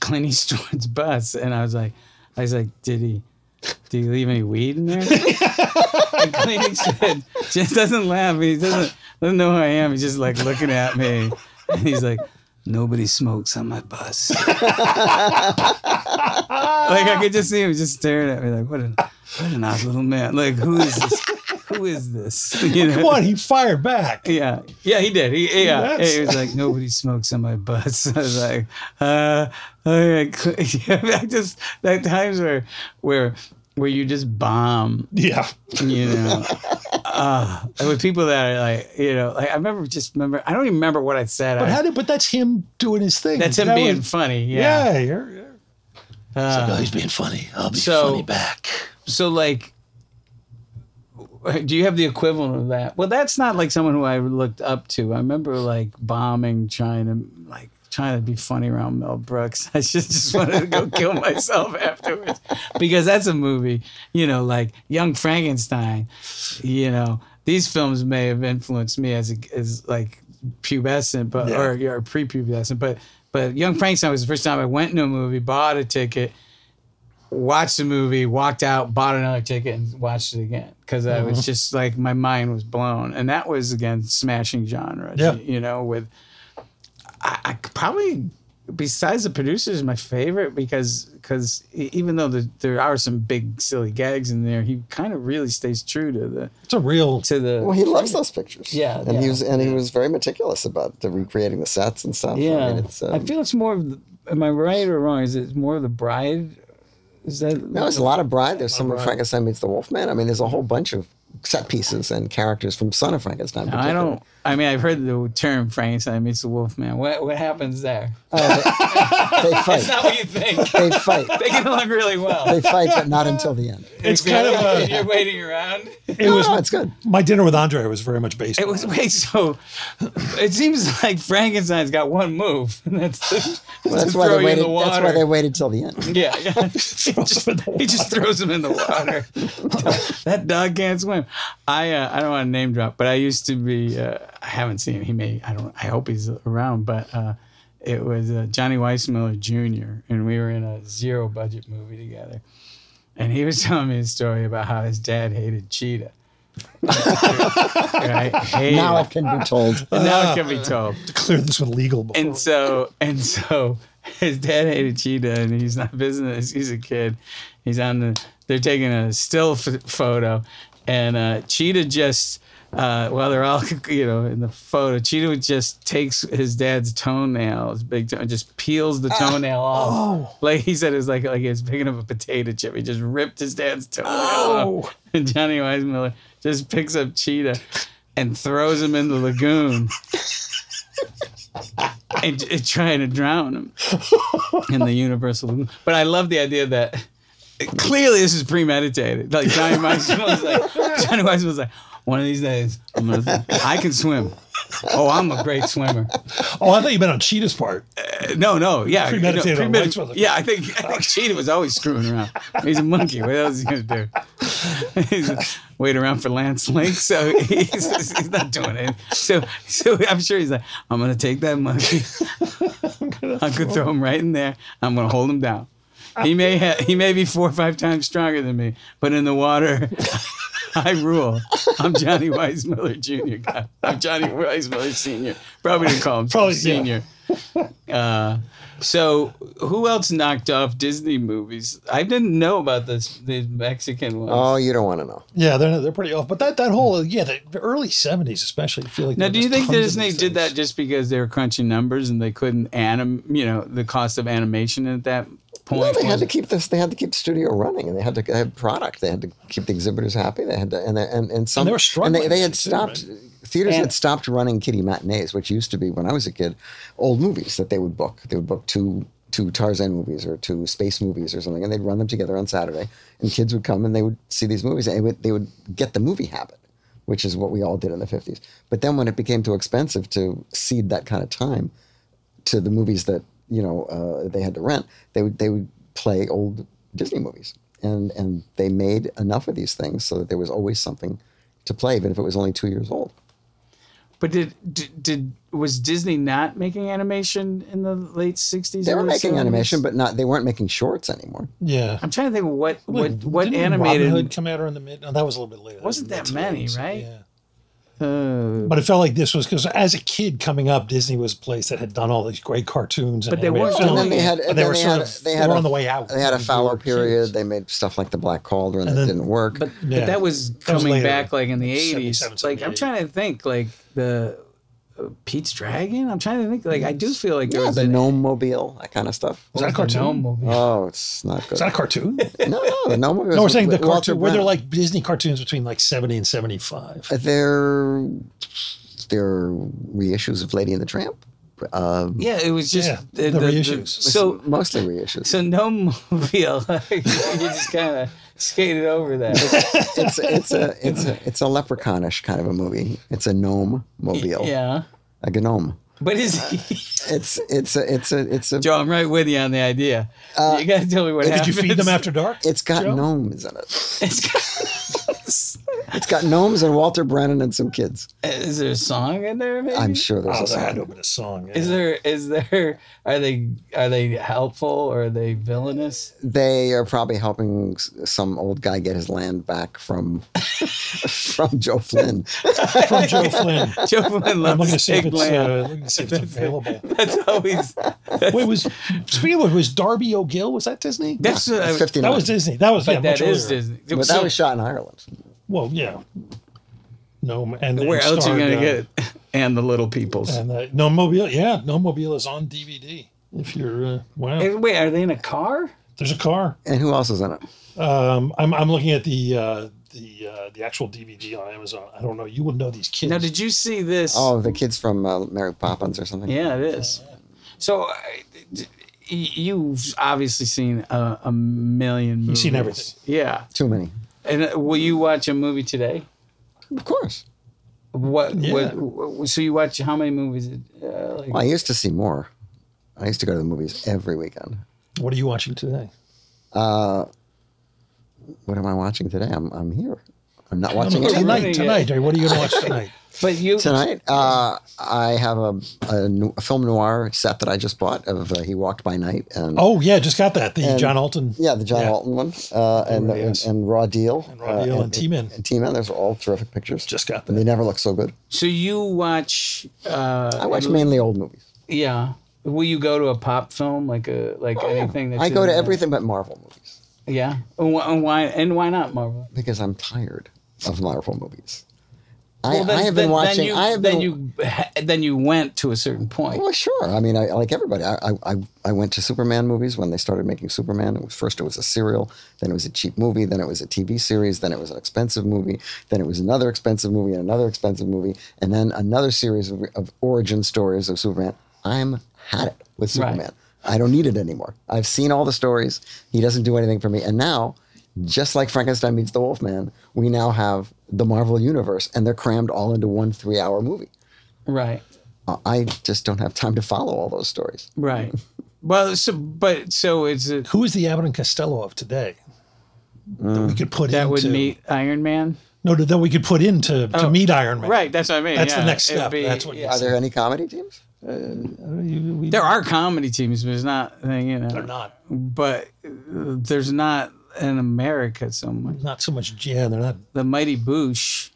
Clint Eastwood's bus, and I was like, I was like, did he? Did he leave any weed in there? and Clint Eastwood just doesn't laugh. He doesn't, doesn't know who I am. He's just like looking at me. And he's like, nobody smokes on my bus. like I could just see him just staring at me like, what an what an odd little man. Like who is this? Who is this? You
Well, come on, he fired back.
Yeah, yeah, he did. He yeah,
That's-
he was like nobody smokes on my bus. I was like, uh, I I just that times where where where you just bomb.
Yeah,
you know. Uh, with people that are like, you know, like I remember just remember, I don't even remember what I said.
But
I-
how did? But that's him doing his thing.
that's him
That
being
was-
funny. Yeah. Uh,
you're, you're- It's like, oh, he's being funny. I'll be
so-
funny back.
So like, do you have the equivalent of that? Well, that's not like someone who I looked up to. I remember like bombing trying to like trying to be funny around Mel Brooks. I just just wanted to go kill myself afterwards because that's a movie. You know, like Young Frankenstein. You know, these films may have influenced me as a, as like pubescent, but
Yeah.
or, or pre-pubescent, but. But Young Frankenstein was the first time I went to a movie, bought a ticket, watched the movie, walked out, bought another ticket, and watched it again because I was
Mhm.
just like my mind was blown, and that was again smashing genre.
Yeah.
you know, with I, I could probably besides the producers, my favorite because because even though the, there are some big silly gags in there, he kind of really stays true to the
It's a real
to the
Well, he loves those pictures.
Yeah,
and he
yeah,
was and he was very meticulous about the recreating the sets and stuff.
Yeah,
I mean, it's, um,
I feel it's more of the, am I right or wrong? Is it more of the bride? Is that
No, there's a lot of Bride. There's some of
Bride.
Frankenstein meets the Wolfman. I mean, there's a whole bunch of set pieces and characters from Son of Frankenstein.
No, I don't. I mean, I've heard the term Frankenstein meets the Wolfman. What what happens there?
particularly. They
That's
fight.
not what you think.
They fight.
They get along really well.
They fight, but not until the end.
It's kind of
Exactly.
a.
you're waiting around.
It was.
No, it's good.
My dinner with Andre was very much based.
It
on
was wait. So it seems like Frankenstein's got one move, and that's to,
Well, that's
to
why
throw
they
you in
waited.
the
That's why
water.
they waited till the end.
yeah, yeah.
Throws him in the
He just throws him in the water. that dog can't swim. I uh, I don't want to name drop, but I used to be. Uh, I haven't seen. him. He may. I don't. I hope he's around. But uh, it was uh, Johnny Weissmuller Jr. and we were in a zero budget movie together, and he was telling me a story about how his dad hated cheetah. right? Hated.
Now it can be told.
now it can be told.
Clear this with legal. Before.
And so and so his dad hated cheetah and he's not business. He's a kid. He's on the they're taking a still f- photo and uh, cheetah just uh, while they're all you know in the photo, Cheetah just takes his dad's toenail, his big toe, and just peels the toenail off. Like he said, it's like like he was picking up a potato chip. He just ripped his dad's toenail off. And Johnny Weissmuller just picks up Cheetah and throws him in the lagoon and, and trying to drown him in the universal. But I love the idea that clearly this is premeditated. Like Johnny Weissman was like, Johnny Weissman was like, one of these days, I'm gonna, I can swim. Oh, I'm a great swimmer.
oh, I thought you meant on Cheetah's part.
Uh, no, no, yeah, you know,
Premeditated on
premedit-
Weissmuller.
yeah, I think I think Cheetah was always screwing around. He's a monkey. What else is he gonna do? He's- wait around for Lance Link. So he's, he's not doing it. So so I'm sure he's like, I'm gonna take that monkey. I could throw him right in there. I'm gonna hold him down. He may ha- he may be four or five times stronger than me, but in the water, I rule. I'm Johnny Weissmuller Jr. guy. I'm Johnny Weissmuller Senior. Probably to call him
Probably, yeah.
Senior. Uh, so who else knocked off Disney movies? I didn't know about this the Mexican ones.
Oh, you don't want to know.
Yeah, they're they're pretty off. But that that whole yeah, the, the early seventies especially. I feel like
Now,
there
do you
was
think
tons of
Disney
these
did that
things.
just because they were crunching numbers and they couldn't anim, you know, the cost of animation at that point?
No, they had
was-
to keep this. They had to keep the studio running, and they had to they had product. They had to keep the exhibitors happy. They had to, and they, and and
And
some
they were
and they,
struggling
they had
too,
stopped.
right?
Theaters
And-
had stopped running kiddie matinees, which used to be when I was a kid, old movies that they would book. They would book two two Tarzan movies or two space movies or something, and they'd run them together on Saturday, and kids would come and they would see these movies, and they would, they would get the movie habit. Which is what we all did in the 50s. But then when it became too expensive to seed that kind of time, to the movies that you know uh, they had to rent, they would they would play old Disney movies, and and they made enough of these things so that there was always something to play, even if it was only two years old.
But did, did did was Disney not making animation in the late sixties?
They were making animation, but not they weren't making shorts anymore.
Yeah,
I'm trying to think what what
Didn't
what animated
Robin Hood come out or in the mid? No, that was a little bit later.
wasn't
was
that
in the
many,
20s.
right? uh,
Yeah. But it felt like this was because as a kid coming up, Disney was a place that had done all these great cartoons. And
But they
animated
weren't
films,
And then they had,
but
and
they
then
were
they
sort
had,
of
they
they
had
were
a-
on the way out.
They had a fallow period. They made stuff like the Black Cauldron
And
that
then-
didn't work.
But,
Yeah.
but that was
That was
coming
later.
back like in the
77,
eighties. Like I'm
78.
trying to think like the uh, Pete's Dragon. I'm trying to think like I do feel like there
yeah,
was
the
a-
Gnome Mobile, that kind of stuff.
Was that a
the Gnome
cartoon? Uh,
movie.
Oh, it's not good.
Is that a cartoon?
no, no, the Gnome Mobile.
No, we're
was
saying the
with Walter
cartoon. Were there
Brown.
like Disney cartoons between like seventy and seventy-five?
they're they're reissues of Lady and the Tramp. Um,
Yeah, it was just
Yeah, the reissues.
so
mostly reissues.
so no movie. Like, you just kind of skated over that.
it's it's a it's a it's a leprechaunish kind of a movie. It's a gnome mobile,
yeah,
a gnome.
but is he?
It's it's a it's a it's a
Joe, I'm right with you on the idea. you got to tell me what
Uh, Did you
happens.
feed them after dark?
it's got
Joe?
gnomes in it.
It's got-
It's got gnomes and Walter Brennan and some kids.
is there a song in there? Maybe?
I'm sure there's
Oh,
a
there had to
song.
have been a song. yeah.
Is there? Is there? Are they? Are they helpful or are they villainous?
They are probably helping s- some old guy get his land back from from Joe Flynn.
from Joe Flynn?
Joe Flynn
I'm
loves
looking to see if it's
eggplant.
uh, looking to see if it's available.
That's always. That's,
Wait, was speaking of which, was Darby O'Gill? Was that Disney?
that's what I-
Fifty
That was
nine.
Disney. That was yeah,
but
much
that is
earlier.
Disney.
But
So-
that was shot in Ireland.
Well, yeah. No, and
Where
and
else are you
starred,
gonna
uh,
get? And the Little Peoples.
And uh, No Mobile, yeah, No Mobile is on DVD. If you're uh, wow,
Hey, Eh, Wait, are they in a car?
there's a car.
And who else was in it?
Um, I'm I'm looking at the uh, the uh, the actual DVD on Amazon. I don't know. You will know these kids.
Now, did you see this?
Oh, the kids from uh, Mary Poppins or something.
yeah, it is. So, I- d- you've obviously seen a, a million. movies.
You've seen everything.
Yeah,
Too many.
and uh, will you watch a movie today?
Of course.
What?
Yeah.
What, what so you watch how many movies? Uh, like,
Well, I used to see more. I used to go to the movies every weekend.
What are you watching today?
Uh, what am I watching today? I'm, I'm here. I'm not watching
No,
it
You're
tonight,
ruining
tonight.
it.
Jerry, What are you going to watch tonight?
but you
tonight. Uh, I have a, a, nu- a film noir set that I just bought of uh, He Walked by Night and
Oh yeah, just got that. The
And-
John Alton.
yeah, the John
Yeah.
Walton one uh, and,
Blu-ray, yes.
and and Raw Deal uh,
And Raw Deal and T-Man.
and T Man. Those are all terrific pictures.
Just got
and they
that.
never look so good.
So you watch? Uh,
I watch mainly old movies.
Yeah. Will you go to a pop film like a like anything? That's
Oh, I go
in
to
the-
everything but Marvel movies
Yeah. And why, and why? And why not Marvel?
because I'm tired of Marvel movies. I,
Well, then-
I have been
then-
watching.
Then you,
I have
then
been,
you then you went to a certain point.
Well, sure. I mean, I like everybody. I, I I went to Superman movies when they started making Superman. It was, first it was a serial, then it was a cheap movie, then it was a TV series, then it was an expensive movie, then it was another expensive movie and another expensive movie, and then another series of, of origin stories of Superman. I'm had it with
Right.
Superman. I don't need it anymore. I've seen all the stories. He doesn't do anything for me. And now, just like Frankenstein meets the Wolfman, we now have the Marvel universe, and they're crammed all into one three-hour movie.
Right.
Uh, I just don't have time to follow all those stories.
Right. Well, so but so it's a,
Who is the Abbott and Costello of today? That we could put
that would
into-
meet Iron Man.
no that we could put into to
Oh,
meet Iron Man.
Right. That's what I mean.
That's the
yeah.
next
It'd
step. That's what you
Are there any comedy teams?
Uh, You- we-
There are comedy teams, but it's not uh, you know.
They're not
But uh, there's not in America so much.
not so much. Yeah, they're not.
The Mighty Boosh,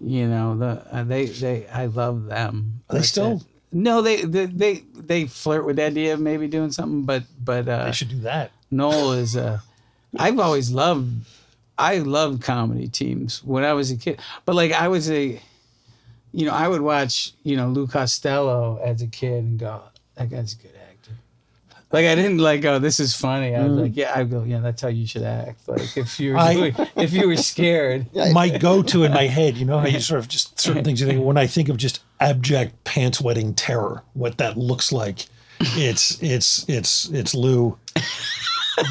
you know, the uh, they they I love them.
Are they
But
still?
that- no, they, they they they flirt with the idea of maybe doing something, but but uh,
They should do that.
Noel is uh I've always loved I loved comedy teams when I was a kid. But like I was a you know, I would watch, you know, Lou Costello as a kid and go, that guy's a good actor. Like I didn't like go, this is funny. I was like, yeah, I go, yeah, that's how you should act. Like if you were
Mm. I-
doing- if you were scared.
my go-to in my head. You know how you sort of just certain things you think when I think of just abject pants wetting terror, what that looks like. It's it's it's it's Lou.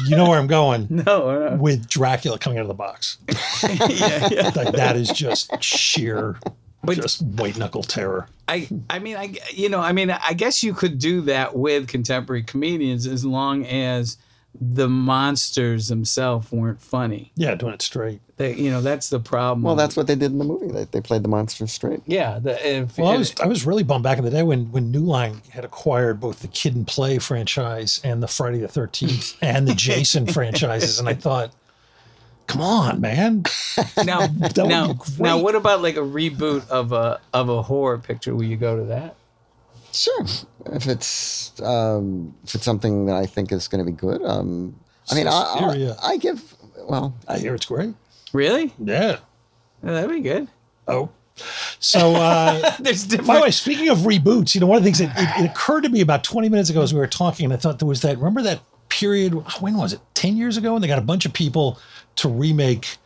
You know where I'm going
No, no.
with Dracula coming out of the box.
yeah, yeah.
Like that is just sheer,
But-
just white knuckle terror.
I I mean I you know I mean I guess you could do that with contemporary comedians as long as the monsters themselves weren't funny.
Yeah, doing it straight.
They, you know, that's the problem.
Well, that's what they did in the movie. They, they played the monsters straight.
Yeah. The, if,
Well, I was I was really bummed back in the day when when New Line had acquired both the Kid and Play franchise and the Friday the Thirteenth and the Jason franchises, and I thought, come on, man,
now,
would
now,
be great.
now, what about like a reboot of a of a horror picture? Will you go to that?
Sure, if it's um, if it's something that I think is going to be good. Um, I mean, I, I,
Suspiria.
I give well.
I hear it's great.
Really?
Yeah.
Yeah, that'd be good.
Oh. So, uh,
There's
by the way,
different.
speaking of reboots, you know, one of the things that it, it occurred to me about 20 minutes ago as we were talking, and I thought there was that, remember that period, when was it? 10 years ago? And they got a bunch of people to remake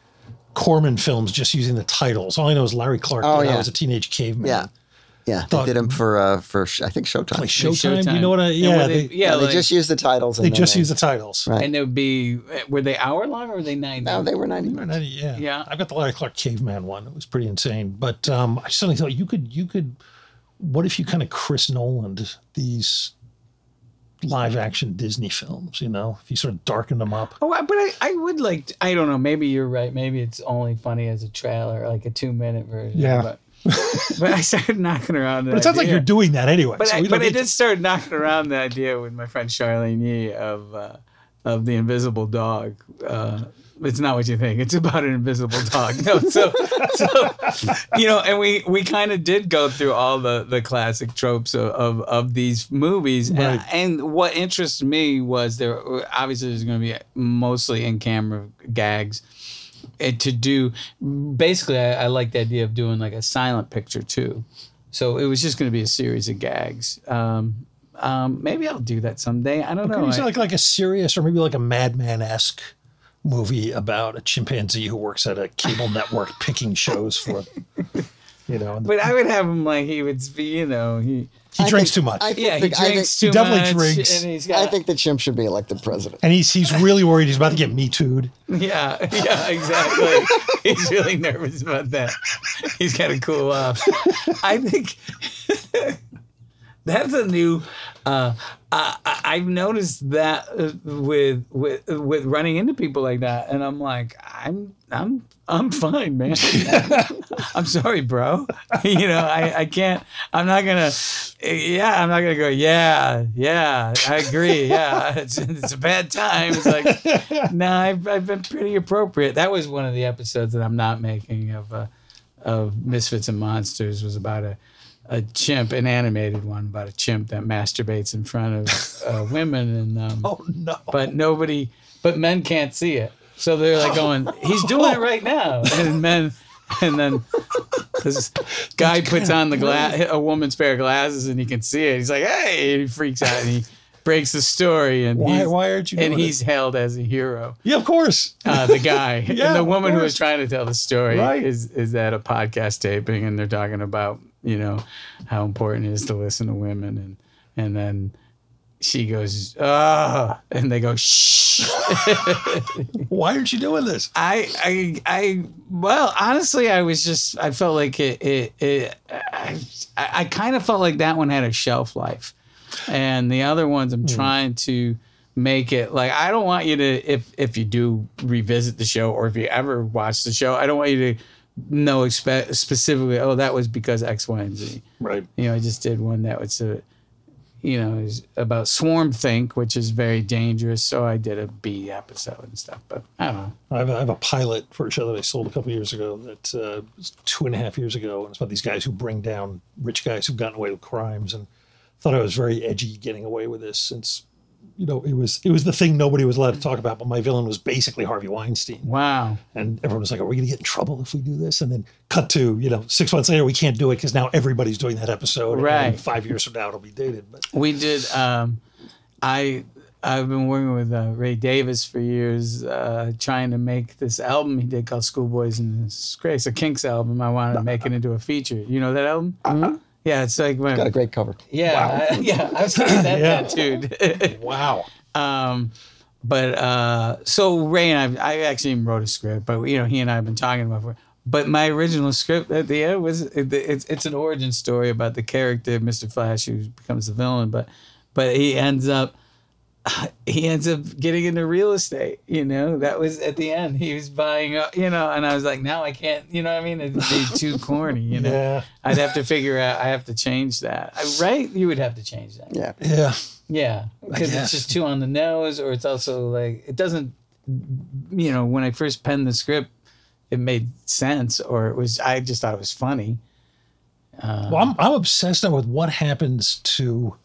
Corman films just using the titles. All I know is Larry Clark
Oh,
did I
yeah.
was a teenage caveman.
Yeah, yeah. They
Thought-
did them for uh, for sh- I think Showtime.
Like
Like
Showtime, you know what I,
And
yeah,
were
they,
they- yeah,
they
like-
just used the titles.
they
and then
just use the titles.
Right.
and it would be were they hour long or were they ninety?
No, they were ninety minutes.
Yeah.
Yeah.
I've got the Larry Clark caveman one. It was pretty insane. But um, I suddenly thought you could you could what if you kind of Chris Nolan these live action Disney films, you know? If you sort of darken them up.
Oh, I- but I, I would like. To, I don't know. Maybe you're right. Maybe it's only funny as a trailer, like a two minute version.
Yeah.
But, but I started knocking around.
But it sounds like you're doing that anyway.
But
so
I,
we don't
but I
need to-
did start knocking around the idea with my friend Charlene Yee of uh, of the Invisible Dog. Uh, it's not what you think. It's about an invisible dog. No, so, so you know, and we we kind of did go through all the the classic tropes of of, of these movies. And,
Right.
and what interested me was there obviously there's going to be mostly in camera gags. And eh, to do basically, I, I like the idea of doing like a silent picture too. So it was just going to be a series of gags. Um, um, maybe I'll do that someday. I don't
Maybe
know.
it's
I-
like like a serious or maybe like a madman esque movie about a chimpanzee who works at a cable network picking shows for you know, and
but I would have him like he would be, you know, he
he
I
drinks
think-
too much.
I
yeah, he
think- I
drinks
think-
too
definitely
much,
drinks.
and he's got
I think the chimp should be elected president.
and he's he's really worried he's about to get me too'd.
Yeah, yeah, exactly. He's really nervous about that. He's got to cool off. I think that's a new. Uh, I, I- I've noticed that uh, with with with running into people like that, and I'm like, I'm I'm I'm fine, man. I'm sorry, bro. you know, I, I can't. I'm not gonna. Yeah, I'm not gonna go. Yeah, yeah, I agree. Yeah, it's, it's a bad time. It's like, no, I've, I've been pretty appropriate. That was one of the episodes that I'm not making of uh, of Misfits and Monsters was about a a chimp, an animated one about a chimp that masturbates in front of uh, women and um,
Oh no.
but nobody but men can't see it so they're like going he's doing it right now and men and then this guy puts on the glass a woman's pair of glasses and he can see it he's like hey and he freaks out and he breaks the story and
Why-
he's,
why aren't you
and
doing
he's hailed as a hero
Yeah, of course.
uh, the guy
Yeah,
and the
of
woman who
course.
was trying to tell the story
Right.
is is at a podcast taping and they're talking about you know how important it is to listen to women and and then she goes ah and they go shh
Why aren't you doing this?
I, I, I, well, honestly, I was just, I felt like it, it, it I, I kind of felt like that one had a shelf life. And the other ones, I'm trying to make it like, I don't want you to, if, if you do revisit the show or if you ever watch the show, I don't want you to know expe- specifically, oh, that was because X, Y, and Z.
Right.
You know, I just did one that was a, you know, is about swarm think, which is very dangerous. So I did a B episode and stuff, but I don't know.
I have, a, I have a pilot for a show that I sold a couple years ago. That uh, was two and a half years ago, and it's about these guys who bring down rich guys who've gotten away with crimes. And thought I was very edgy getting away with this, since you know it was it was the thing nobody was allowed to talk about. But my villain was basically Harvey Weinstein,
Wow.
and everyone was like, "Are we going to get in trouble if we do this?" And then cut to you know six months later, we can't do it because now everybody's doing that episode. And
Right.
then five years from now, it'll be dated. But
We did. Um, I I've been working with uh, Ray Davis for years, uh, trying to make this album he did called Schoolboys in Disgrace, a Kinks album. I wanted to make it into a feature. You know that album? Mm-hmm. Yeah, it's like my
Uh-huh. Got a great cover.
yeah I- yeah. I was getting that
Yeah.
tattooed.
wow,
um, but uh, so Ray and I, I actually even wrote a script, but you know he and I have been talking about. it. But my original script at the end was it, it's it's an origin story about the character Mr. Flash who becomes the villain, but but he ends up he ends up getting into real estate. You know, that was at the end. He was buying, uh, you know, and I was like, now I can't. You know, what I mean, it'd be too corny. You know,
Yeah.
I'd have to figure out. I have to change that, I- right? You would have to change that.
Yeah.
Yeah.
Yeah, because
guess.
it's just too on the nose, or it's also like it doesn't. You know, when I first penned the script, it made sense, or it was. I just thought it was funny.
Well, I'm, I'm obsessed now with what happens to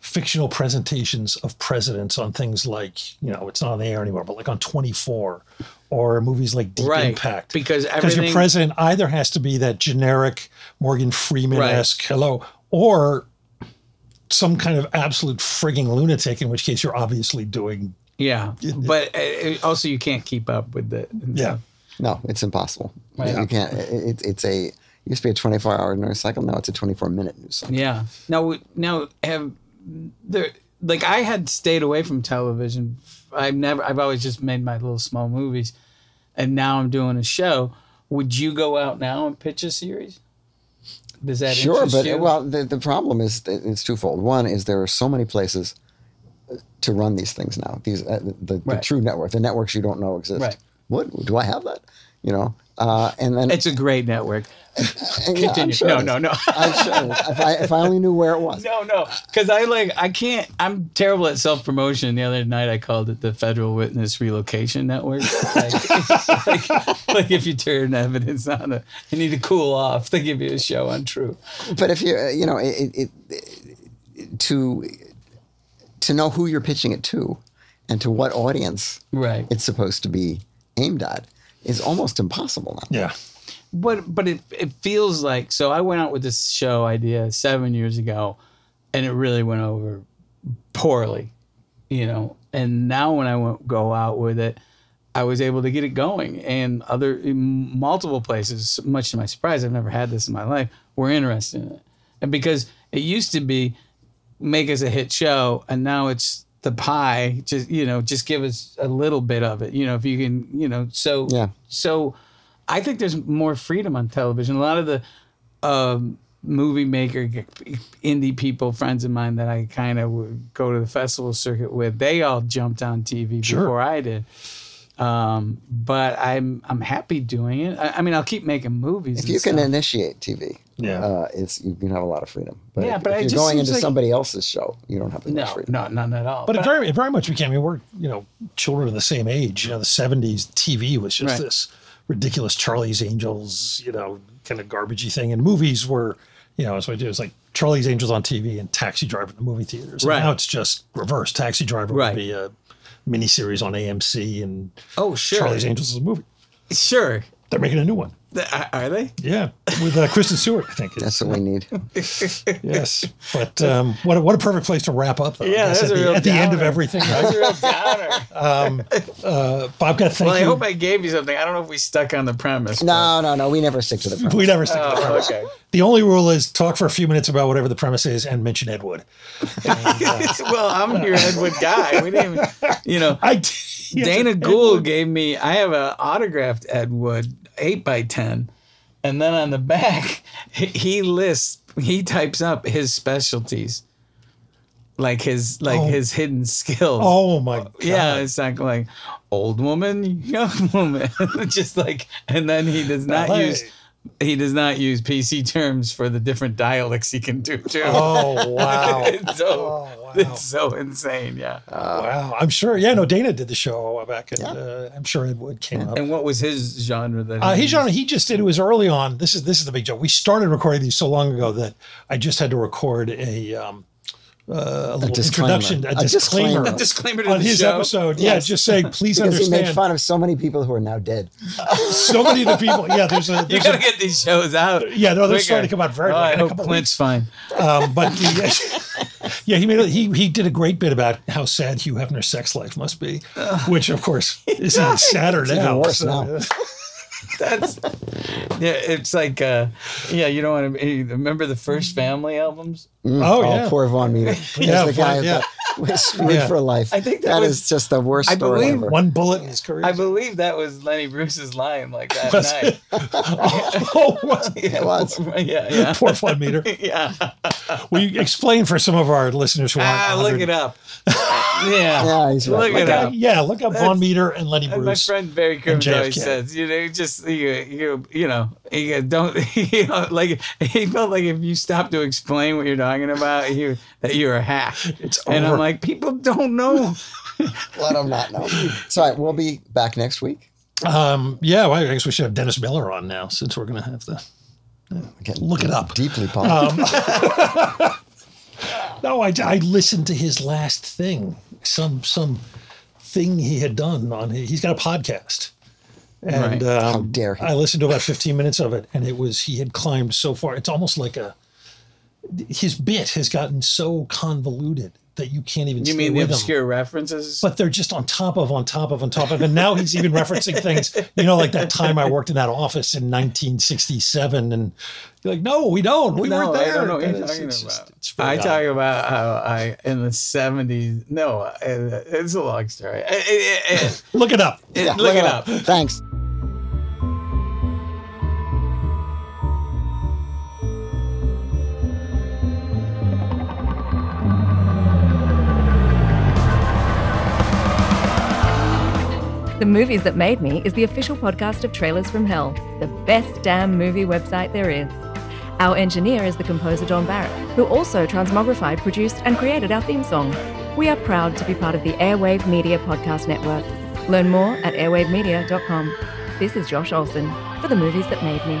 fictional presentations of presidents on things like, you know, it's not on the air anymore, but like on 24 or movies like Deep
Right,
Impact.
because
your
everything-
president either has to be that generic Morgan Freeman esque hello or some kind of absolute frigging lunatic, in which case you're obviously doing.
Yeah, but uh, uh, also you can't keep up with the.
Yeah.
No, it's impossible.
Right.
You can't. It, it, it's a. It used to be a 24 hour news cycle. Now it's a 24 minute news cycle.
Yeah. Now, now have there like I had stayed away from television. I've never. I've always just made my little small movies, and now I'm doing a show. Would you go out now and pitch a series? Does that
sure,
interest
but
you?
well, the, the problem is that it's twofold. One is there are so many places to run these things now. These uh, the, the,
Right.
true network, the networks you don't know exist.
Right.
What do I have that? You know, uh, and then
it's a great network.
yeah, I'm
Continue.
sure
no,
it is.
no, no,
I'm sure. If I, if I only knew where it was.
no, no. Because I like I can't. I'm terrible at self promotion. The other night I called it the Federal Witness Relocation Network. Like, like, like if you turn evidence on, a, you need to cool off. They give you a show on True.
But if you, uh, you know, it, it, it, to to know who you're pitching it to, and to what audience
Right.
it's supposed to be aimed at, is almost impossible now.
Yeah.
but but it it feels like so I went out with this show idea seven years ago, and it really went over poorly, you know. And now when I went, go out with it, I was able to get it going, and other in multiple places, much to my surprise, I've never had this in my life, were interested in it, and because it used to be make us a hit show and now it's the pie just you know just give us a little bit of it you know if you can you know so
Yeah.
so i think there's more freedom on television a lot of the um movie maker indie people friends of mine that i kind of would go to the festival circuit with they all jumped on tv
Sure.
before i did um but i'm i'm happy doing it i, I mean i'll keep making movies
If
and
you can
stuff.
initiate TV,
Yeah.
uh, it's you can have a lot of freedom. But
Yeah,
if,
but
if
it
you're
just
going
seems
into
like-
somebody else's show, you don't have that much
no
freedom.
no none at all
But it very, it very much became, I mean, we're, you know, children of the same age. You know, the 70s TV was just
Right.
this ridiculous Charlie's Angels, you know, kind of garbagey thing. And movies were, you know, so I do. It's like Charlie's Angels on TV and Taxi Driver in the movie theaters. And
Right.
now it's just reverse. Taxi Driver
Right.
would be a miniseries on AMC and
oh sure
Charlie's Angels is a movie.
sure
They're making a new one.
Th- Are they?
Yeah. With uh, Kristen Stewart, I think.
That's
It's,
what we need.
yes. But um, what, a, what a perfect place to wrap up, though. I
Yeah,
guess,
that's
at,
a
the,
real
at the end of
downer.
everything. Right?
That's a real downer.
Bobcat, thank
well, I
you.
hope I gave you something. I don't know if we stuck on the premise.
No, no, no. We never stick to the premise.
we never stick to the
Oh,
premise.
okay.
The only rule is talk for a few minutes about whatever the premise is and mention Ed Wood.
well, I'm your Edward guy. We didn't, even, you know.
I yes,
Dana
Ed
Gould
Wood.
gave me. I have an autographed Ed Wood eight by ten, and then on the back he- he lists he types up his specialties, like his like
Oh.
his hidden skills.
Oh my god.
Yeah, it's like like old woman, young woman, just like, and then he does not
Ballet.
use he does not use PC terms for the different dialects he can do too.
Oh wow.
it's so
Oh, wow.
it's so insane, yeah.
wow. I'm sure. Yeah, no, Dana did the show back and uh, I'm sure Ed Wood came up.
And what was his genre that?
Uh,
he
he's on. He just did. It was early on. This is this is the big joke. We started recording these so long ago that I just had to record a um, uh, a little
disclaimer.
introduction, a,
A disclaimer.
disclaimer,
A
disclaimer to
on
the
his
show.
episode. Yeah, just saying, please
Because he
understand.
made fun of so many people who are now dead.
Oh,
So many of the people. Yeah, there's a.
You
There's
gotta
a
get these shows out.
yeah, no, they're
quicker.
starting to come out very.
Oh,
late.
I
In a
hope
couple of
Clint's fine.
Um, but he, yeah, he made a, he he did a great bit about how sad Hugh Hefner's sex life must be, which of course is even sadder now.
even worse
So,
now.
Mm. That's yeah. It's like uh, yeah. You don't want to remember the first family albums.
Oh, yeah.
poor Von Meter.
Yeah,
yeah, the guy
Von- yeah.
that was screwed
Yeah.
for life.
I think that
that
was-
is just the worst
I
story
believe-
ever.
One bullet in his career.
I believe that was Lenny Bruce's line like that
Was
night.
oh, what-
Yeah,
was.
Yeah, yeah.
poor fun meter.
yeah.
Will you explain for some of our listeners who aren't?
Ah, look
100
it up. Yeah.
Yeah, he's right.
Look
Like
it
that-
up.
Uh, yeah, look up
That's-
Von Meter and Lenny
And
Bruce.
my friend Barry Cribbins
JFK.
always says, you know, just you you you know, you don't you know, like he felt like if you stop to explain what you're talking about, you that you're a hack.
It's
and I'm
over.
like, people don't know.
Let them not know. It's all right. We'll be back next week.
Um, yeah, well, I guess we should have Dennis Miller on now since we're going to have the
Again,
look it up.
deeply pumped.
Um, no, I, I listened to his last thing, some some thing he had done on. his- He's got a podcast, and
Right.
um,
How dare he.
I listened to about fifteen minutes of it, and it was he had climbed so far. It's almost like a his bit has gotten so convoluted that you can't even.
You
stay
mean the
with him
obscure references?
but they're just on top of on top of on top of and now he's even referencing things you know like that time i worked in that office in 1967 and you're like no we don't we
no,
weren't there
I don't know what
And
you're
it's-
talking
it's
about.
just- it's very
I
odd.
talk about how I in the '70s. No, uh, it's a long story. Eh, eh, eh, eh.
look it up
Eh,
Yeah,
look, it up.
Thanks.
The Movies That Made Me is the official podcast of Trailers from Hell, the best damn movie website there is. Our engineer is the composer John Barrett, who also transmogrified, produced, and created our theme song. We are proud to be part of the Airwave Media Podcast Network. Learn more at airwavemedia.com. This is Josh Olson for The Movies That Made Me.